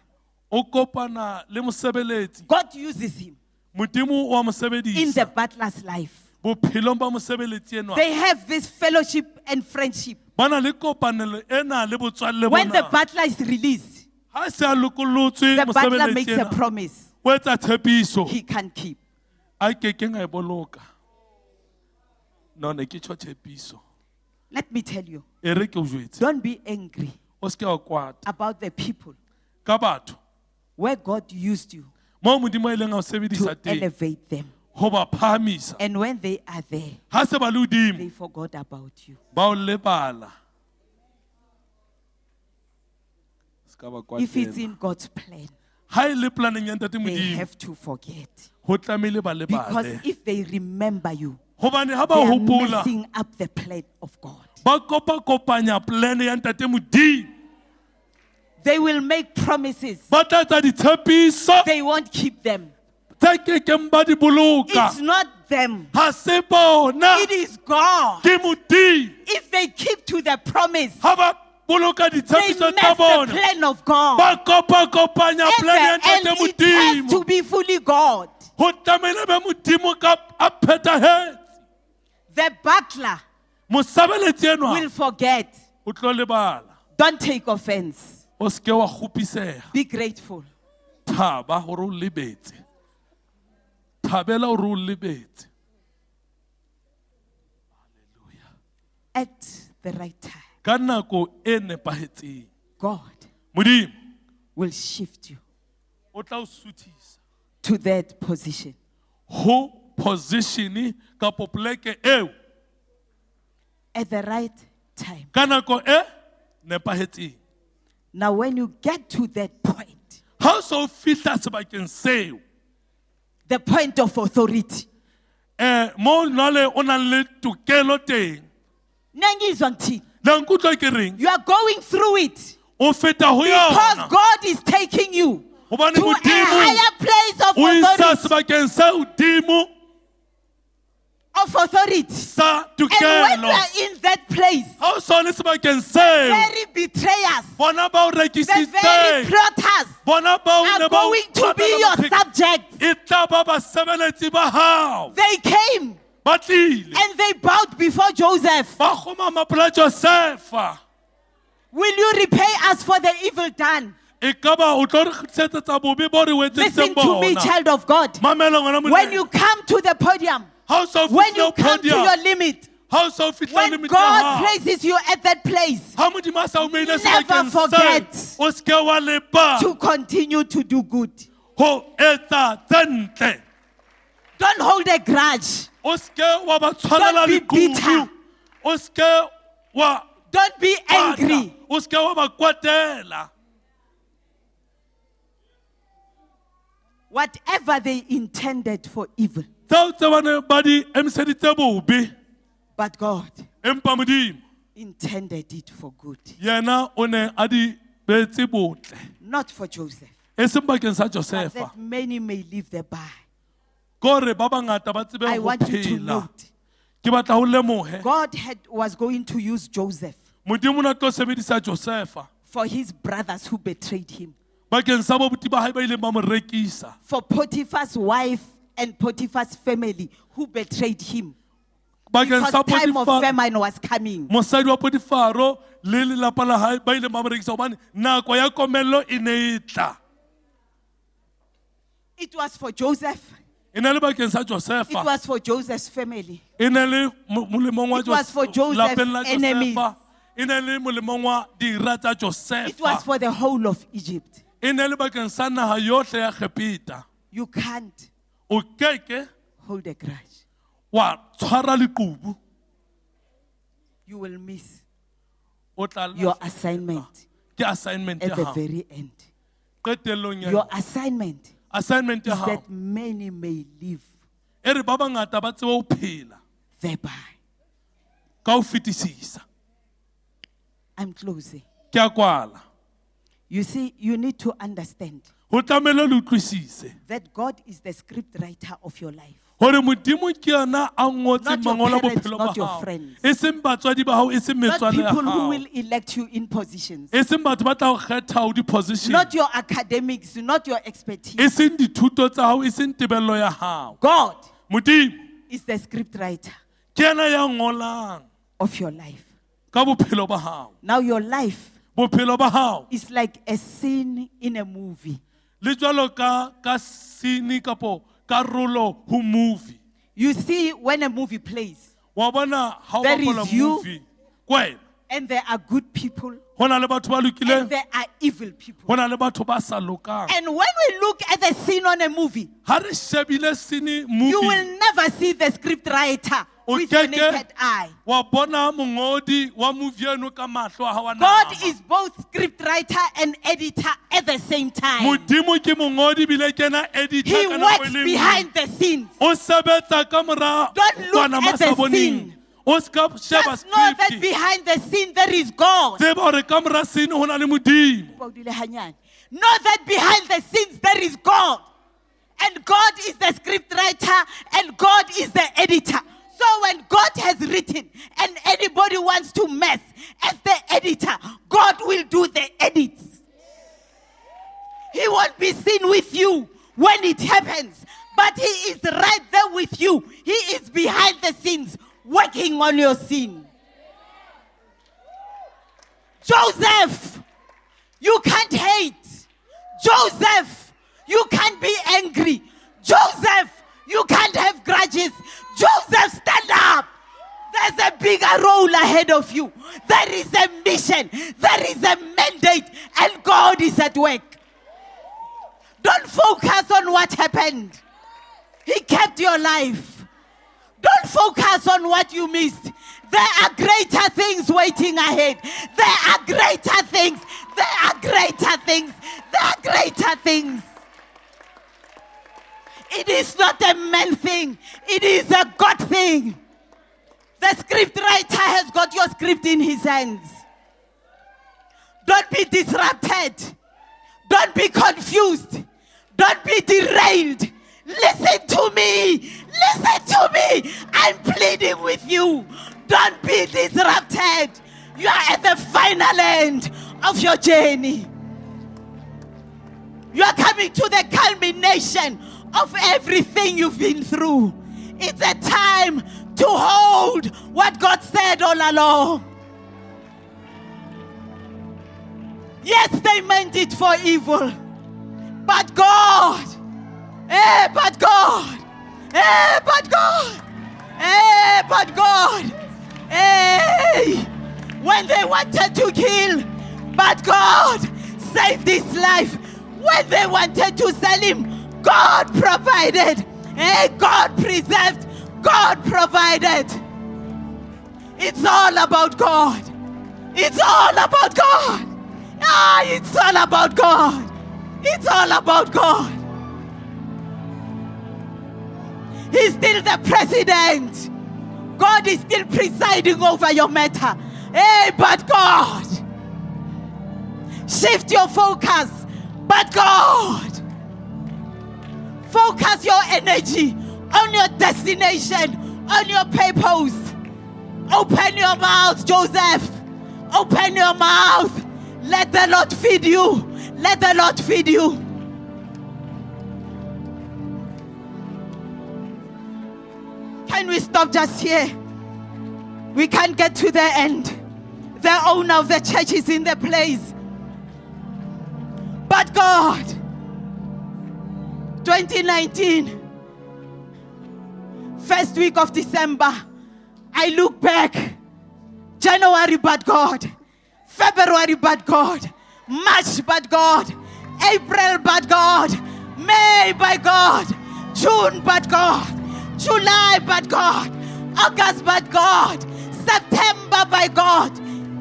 Speaker 2: o kopana le mosebeletsi
Speaker 1: God uses him
Speaker 2: modimo wa mo
Speaker 1: in the
Speaker 2: sebedisa
Speaker 1: butler's life.
Speaker 2: bophelong ba mosebeletsi enwa
Speaker 1: They have this fellowship and friendship.
Speaker 2: ba na le kopanelo ena le botswalle
Speaker 1: When the
Speaker 2: bona
Speaker 1: butler is released,
Speaker 2: ha e se a lokolotswe
Speaker 1: the butler
Speaker 2: mosebeletsi
Speaker 1: makes a
Speaker 2: enwa
Speaker 1: promise
Speaker 2: o etsa tshepiso
Speaker 1: he can't keep.
Speaker 2: a ke keng a e boloka no ne ke tjho tshepiso
Speaker 1: Let me tell you,
Speaker 2: e re ke o jwetse
Speaker 1: don't be angry
Speaker 2: o se ke wa kwata
Speaker 1: about the people
Speaker 2: ka batho
Speaker 1: where God used you
Speaker 2: moo modimo a ileng a o sebedisa
Speaker 1: to
Speaker 2: teng
Speaker 1: elevate them.
Speaker 2: ho ba phahamisa
Speaker 1: And when they are there,
Speaker 2: ha se ba le hodimo
Speaker 1: they forgot about you.
Speaker 2: ba o lebala Se ka ba
Speaker 1: If it's
Speaker 2: kwatela.
Speaker 1: in God's plan,
Speaker 2: ha e le planeng ya ntate
Speaker 1: they
Speaker 2: modimo
Speaker 1: have to forget.
Speaker 2: ho tlamehile ba
Speaker 1: Because
Speaker 2: lebale
Speaker 1: if they remember you,
Speaker 2: gobane ha
Speaker 1: they
Speaker 2: ba
Speaker 1: are
Speaker 2: hopola
Speaker 1: messing up the plan of God.
Speaker 2: ba kopakopanya plan ya ntate modimo
Speaker 1: They will make promises,
Speaker 2: ba tla tsa ditshepiso
Speaker 1: they won't keep them.
Speaker 2: tse kekeng ba di boloka
Speaker 1: It's not them,
Speaker 2: ga se bona
Speaker 1: it is God.
Speaker 2: ke modimo
Speaker 1: If they keep to the promise,
Speaker 2: ga ba boloka
Speaker 1: they
Speaker 2: ditshepiso tsa
Speaker 1: mess the
Speaker 2: bona
Speaker 1: plan of God.
Speaker 2: ba kopakopanya
Speaker 1: At
Speaker 2: plan ya
Speaker 1: the end, it
Speaker 2: ntate
Speaker 1: has to
Speaker 2: modimo
Speaker 1: be fully God.
Speaker 2: go tlamehile be modimo ka a phethagetse
Speaker 1: The butler
Speaker 2: mosebeletsi enwa
Speaker 1: will forget.
Speaker 2: o tlo lebala
Speaker 1: Don't take offense.
Speaker 2: o seke wa kgopisega
Speaker 1: Be grateful.
Speaker 2: thaba gore o lebetse thabela gore o lebetse
Speaker 1: At the right time,
Speaker 2: ka nako e nepagetseng
Speaker 1: God
Speaker 2: modimo
Speaker 1: will shift you
Speaker 2: o tla o suthisa
Speaker 1: to that position.
Speaker 2: go position kapo poleke eo
Speaker 1: At the right time.
Speaker 2: ka nako e nepagetseng
Speaker 1: Now, when you get to that point,
Speaker 2: ga o se o fitlha sebakeng seo
Speaker 1: the point of authority,
Speaker 2: um mo nale o nang le tokelo teng
Speaker 1: nengizwa ngithi,
Speaker 2: le nkutlwa ke reng
Speaker 1: you are going through it
Speaker 2: o feta go
Speaker 1: because
Speaker 2: yona
Speaker 1: God is taking you
Speaker 2: gobane
Speaker 1: to a
Speaker 2: modimo
Speaker 1: higher place of
Speaker 2: o isa
Speaker 1: authority.
Speaker 2: sebakeng sa hodimo
Speaker 1: Of authority.
Speaker 2: sa
Speaker 1: And when
Speaker 2: tokelo
Speaker 1: you are in that place,
Speaker 2: ha o sone sebakeng seo
Speaker 1: very betrayers,
Speaker 2: bona ba o
Speaker 1: the very
Speaker 2: rekisitseng
Speaker 1: plotters
Speaker 2: bona ba o ne
Speaker 1: are
Speaker 2: ba o
Speaker 1: going to be your
Speaker 2: qatella bophelo.
Speaker 1: subject.
Speaker 2: e tla ba basebeletsi ba hao
Speaker 1: They came
Speaker 2: ba tlile
Speaker 1: and they bowed before Joseph.
Speaker 2: ba kgomama pola josefa
Speaker 1: Will you repay us for the evil done?
Speaker 2: e ka ba o tlo re kgutlisetsetsa bobe bo re wetsetseng
Speaker 1: Listen to me,
Speaker 2: bona
Speaker 1: child of God.
Speaker 2: mamela ngwana
Speaker 1: When you
Speaker 2: mone
Speaker 1: come to the podium,
Speaker 2: ha o se o
Speaker 1: when you
Speaker 2: fitlhile
Speaker 1: come to your
Speaker 2: podium
Speaker 1: limit,
Speaker 2: ha o se o fitlhile
Speaker 1: when
Speaker 2: limit ya hao
Speaker 1: God places you at that place
Speaker 2: ha modimo a sa o beile
Speaker 1: Never
Speaker 2: sebakeng
Speaker 1: forget
Speaker 2: seo o seke wa lebala
Speaker 1: to continue to do good.
Speaker 2: ho etsa tse ntle
Speaker 1: Don't hold a grudge.
Speaker 2: o seke wa ba
Speaker 1: Don't
Speaker 2: tshwarela
Speaker 1: be bitter.
Speaker 2: lekuku o seke wa
Speaker 1: Don't be
Speaker 2: kwata.
Speaker 1: angry.
Speaker 2: o seke wa ba kwatela
Speaker 1: Whatever they intended for evil,
Speaker 2: tseo tse bane ba di emiseditse bobe
Speaker 1: but God
Speaker 2: empa modimo
Speaker 1: intended it for good.
Speaker 2: yena o ne a di beetse botle
Speaker 1: Not for Joseph,
Speaker 2: e seng bakeng sa
Speaker 1: but
Speaker 2: josefa
Speaker 1: that many may live thereby.
Speaker 2: kore ba bangata ba tsebe
Speaker 1: I
Speaker 2: ho
Speaker 1: want you to
Speaker 2: phela
Speaker 1: note
Speaker 2: ke batla ho lemohe
Speaker 1: God had, was going to use Joseph
Speaker 2: modimo o ne a tlo sebedisa josefa
Speaker 1: for his brothers who betrayed him,
Speaker 2: bakeng sa bobuti ba hae ba ileng ba mo rekisa
Speaker 1: for Potiphar's wife and Potiphar's family who betrayed him.
Speaker 2: bakeng
Speaker 1: Because
Speaker 2: sa
Speaker 1: time of
Speaker 2: Potifar-
Speaker 1: famine was coming.
Speaker 2: mosadi wa potifaro le lelapa la hae ba ileng ba mo rekisa gobane nako ya komello e ne e tla
Speaker 1: It was for Joseph.
Speaker 2: e ne le bakeng sa
Speaker 1: It
Speaker 2: josefa
Speaker 1: was for Joseph's family.
Speaker 2: e ne le mo- molemong wa
Speaker 1: It was
Speaker 2: Jos-
Speaker 1: for Joseph's
Speaker 2: lapeng la
Speaker 1: enemies.
Speaker 2: josefa e ne le molemong wa dira tsa
Speaker 1: It was
Speaker 2: josefa
Speaker 1: for the whole of Egypt.
Speaker 2: e ne le bakeng sa naga yotlhe ya gepita
Speaker 1: You can't
Speaker 2: o keke
Speaker 1: hold a grudge.
Speaker 2: wa tshwara lequbu
Speaker 1: You will miss
Speaker 2: o tla
Speaker 1: your
Speaker 2: lahlehelwa
Speaker 1: assignment
Speaker 2: ke assignment ya
Speaker 1: at the
Speaker 2: gago
Speaker 1: very end.
Speaker 2: qetellong ya
Speaker 1: Your assignment
Speaker 2: assignment ya
Speaker 1: is
Speaker 2: gago
Speaker 1: that many may live
Speaker 2: e re ba bangata ba tsebe ho phela
Speaker 1: thereby.
Speaker 2: ka ho fetisisa
Speaker 1: I'm closing.
Speaker 2: ke a kwala
Speaker 1: You see, you need to understand
Speaker 2: go tlamehile le utlwisise
Speaker 1: that God is the script writer of your life.
Speaker 2: gore modimo ke yena a ngotse
Speaker 1: Not your
Speaker 2: mangolo a
Speaker 1: parents,
Speaker 2: bophelo ba
Speaker 1: not your
Speaker 2: hao
Speaker 1: friends.
Speaker 2: e seng batswadi ba gago e seng
Speaker 1: Not
Speaker 2: metswane ya
Speaker 1: people who
Speaker 2: gago
Speaker 1: will elect you in positions.
Speaker 2: e seng batho ba tla go kgetha o di-position
Speaker 1: Not your academics, not your expertise.
Speaker 2: e seng dithuto tsa gago e seng tebelelo ya gago
Speaker 1: God
Speaker 2: modimo
Speaker 1: is the scriptwriter
Speaker 2: ke yena ya ngolang
Speaker 1: of your life.
Speaker 2: ka bophelo ba gago
Speaker 1: Now your life
Speaker 2: bophelo ba gago
Speaker 1: is like a scene in a movie.
Speaker 2: le jwalo ka ka sene kapo karolo ho movie
Speaker 1: You see when a movie plays
Speaker 2: wa bona ha o
Speaker 1: There is
Speaker 2: bapola
Speaker 1: you.
Speaker 2: movie ke wena
Speaker 1: and there are good people
Speaker 2: ho na le batho ba
Speaker 1: and
Speaker 2: lokileng
Speaker 1: there are evil people.
Speaker 2: ho na le batho ba sa lokang
Speaker 1: And when we look at the scene on a movie,
Speaker 2: ha re shebile sene
Speaker 1: you
Speaker 2: movie
Speaker 1: will never see the scriptwriter
Speaker 2: O
Speaker 1: with your
Speaker 2: keke-
Speaker 1: naked eye.
Speaker 2: wa bona mongodi wa movie eno ka mahlo a wa
Speaker 1: God is both scriptwriter and editor at the same time.
Speaker 2: modimo ke mongodi bile ke na editor
Speaker 1: He
Speaker 2: ka nako
Speaker 1: works
Speaker 2: e le nngwe.
Speaker 1: behind the scenes.
Speaker 2: o sebetsa ka mora
Speaker 1: Don't look
Speaker 2: kwana
Speaker 1: at the
Speaker 2: masaboning
Speaker 1: scene.
Speaker 2: o ska sheba
Speaker 1: Just know that
Speaker 2: script
Speaker 1: behind the scene there is God.
Speaker 2: tseba hore ka mora sene ho na le modimo
Speaker 1: Know that behind the scenes there is God. And God is the script writer and God is the editor. So when God has written and anybody wants to mess as the editor, God will do the edits. He won't be seen with you when it happens, but He is right there with you. He is behind the scenes working on your sin. Joseph, you can't hate. Joseph, you can't be angry. Joseph, you can't have grudges. Joseph, stand up. There's a bigger role ahead of you. There is a mission. There is a mandate. And God is at work. Don't focus on what happened. He kept your life. Don't focus on what you missed. There are greater things waiting ahead. There are greater things. There are greater things. There are greater things. It is not a man thing, it is a God thing. The script writer has got your script in his hands. Don't be disrupted. Don't be confused. Don't be derailed. Listen to me. Listen to me. I'm pleading with you. Don't be disrupted. You are at the final end of your journey. You are coming to the culmination of everything you've been through. It's a time to hold what God said all along. Yes, they meant it for evil. But God, eh, but God, eh, but God, eh, but God, eh, when they wanted to kill, but God saved his life. When they wanted to sell him, God provided, eh, God preserved, God provided. It's all about God. It's all about God. Ah, it's all about God. It's all about God. He's still the president. God is still presiding over your matter. Hey, but God. Shift your focus, but God. Focus your energy on your destination, on your purpose. Open your mouth, Joseph. Open your mouth. Let the Lord feed you. Let the Lord feed you. Can we stop just here? We can't get to the end. The owner of the church is in the place. But God, 2019, first week of December, I look back. January, but God. February, but God. March, but God. April, but God. May, by God. June, but God. July, but God. August, but God. September, by God.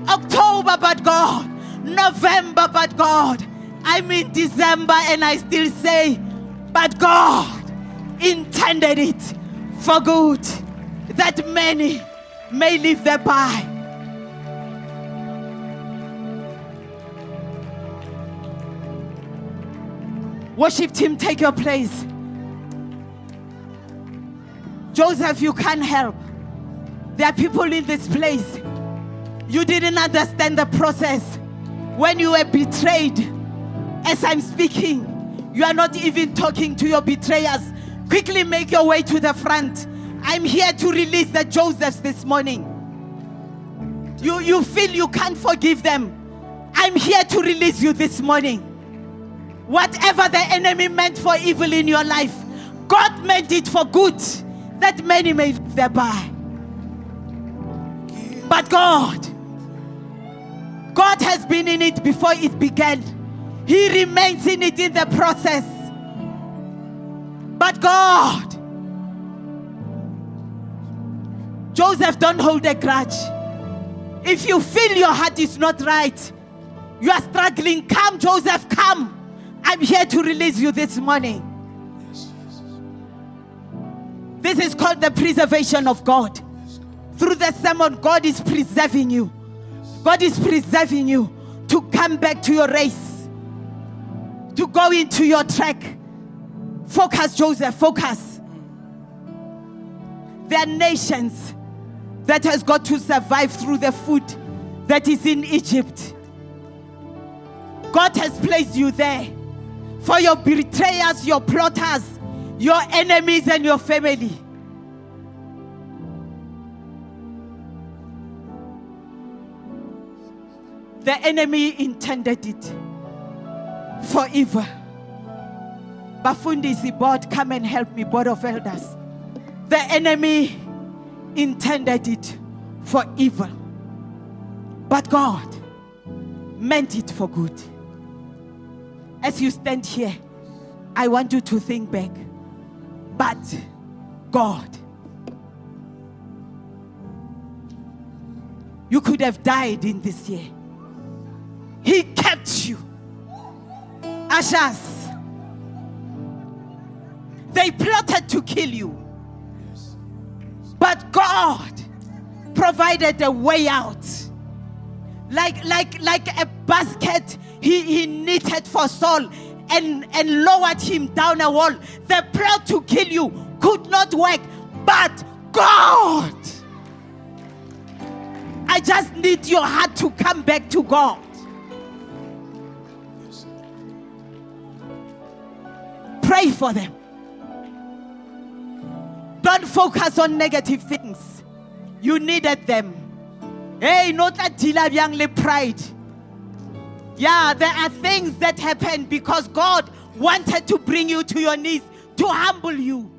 Speaker 1: October, but God. November, but God. I'm in December and I still say, but God intended it for good that many may live thereby. Worship team, take your place. Joseph, you can't help. There are people in this place. You didn't understand the process when you were betrayed. As I'm speaking, you are not even talking to your betrayers. Quickly make your way to the front. I'm here to release the Josephs this morning. You, you feel you can't forgive them. I'm here to release you this morning. Whatever the enemy meant for evil in your life, God meant it for good, that many may live thereby. But God, God has been in it before it began. He remains in it in the process. But God, Joseph, don't hold a grudge. If you feel your heart is not right, you are struggling, come, Joseph, come. I'm here to release you this morning. This is called the preservation of God. Through the sermon, God is preserving you. God is preserving you to come back to your race, to go into your track. Focus, Joseph, focus. There are nations that has got to survive through the food that is in Egypt. God has placed you there for your betrayers, your plotters, your enemies, and your family. The enemy intended it for evil. Bafundisi board, come and help me, board of elders. The enemy intended it for evil, but God meant it for good. As you stand here, I want you to think back. But God, you could have died in this year. He kept you. Ashes. They plotted to kill you. But God provided a way out. Like like like a basket he, he knitted for Saul and, and lowered him down a wall. The plot to kill you could not work, but God. I just need your heart to come back to God. Pray for them. Don't focus on negative things. You needed them. Hey, not that Dila Youngly pride. Yeah, there are things that happen because God wanted to bring you to your knees to humble you.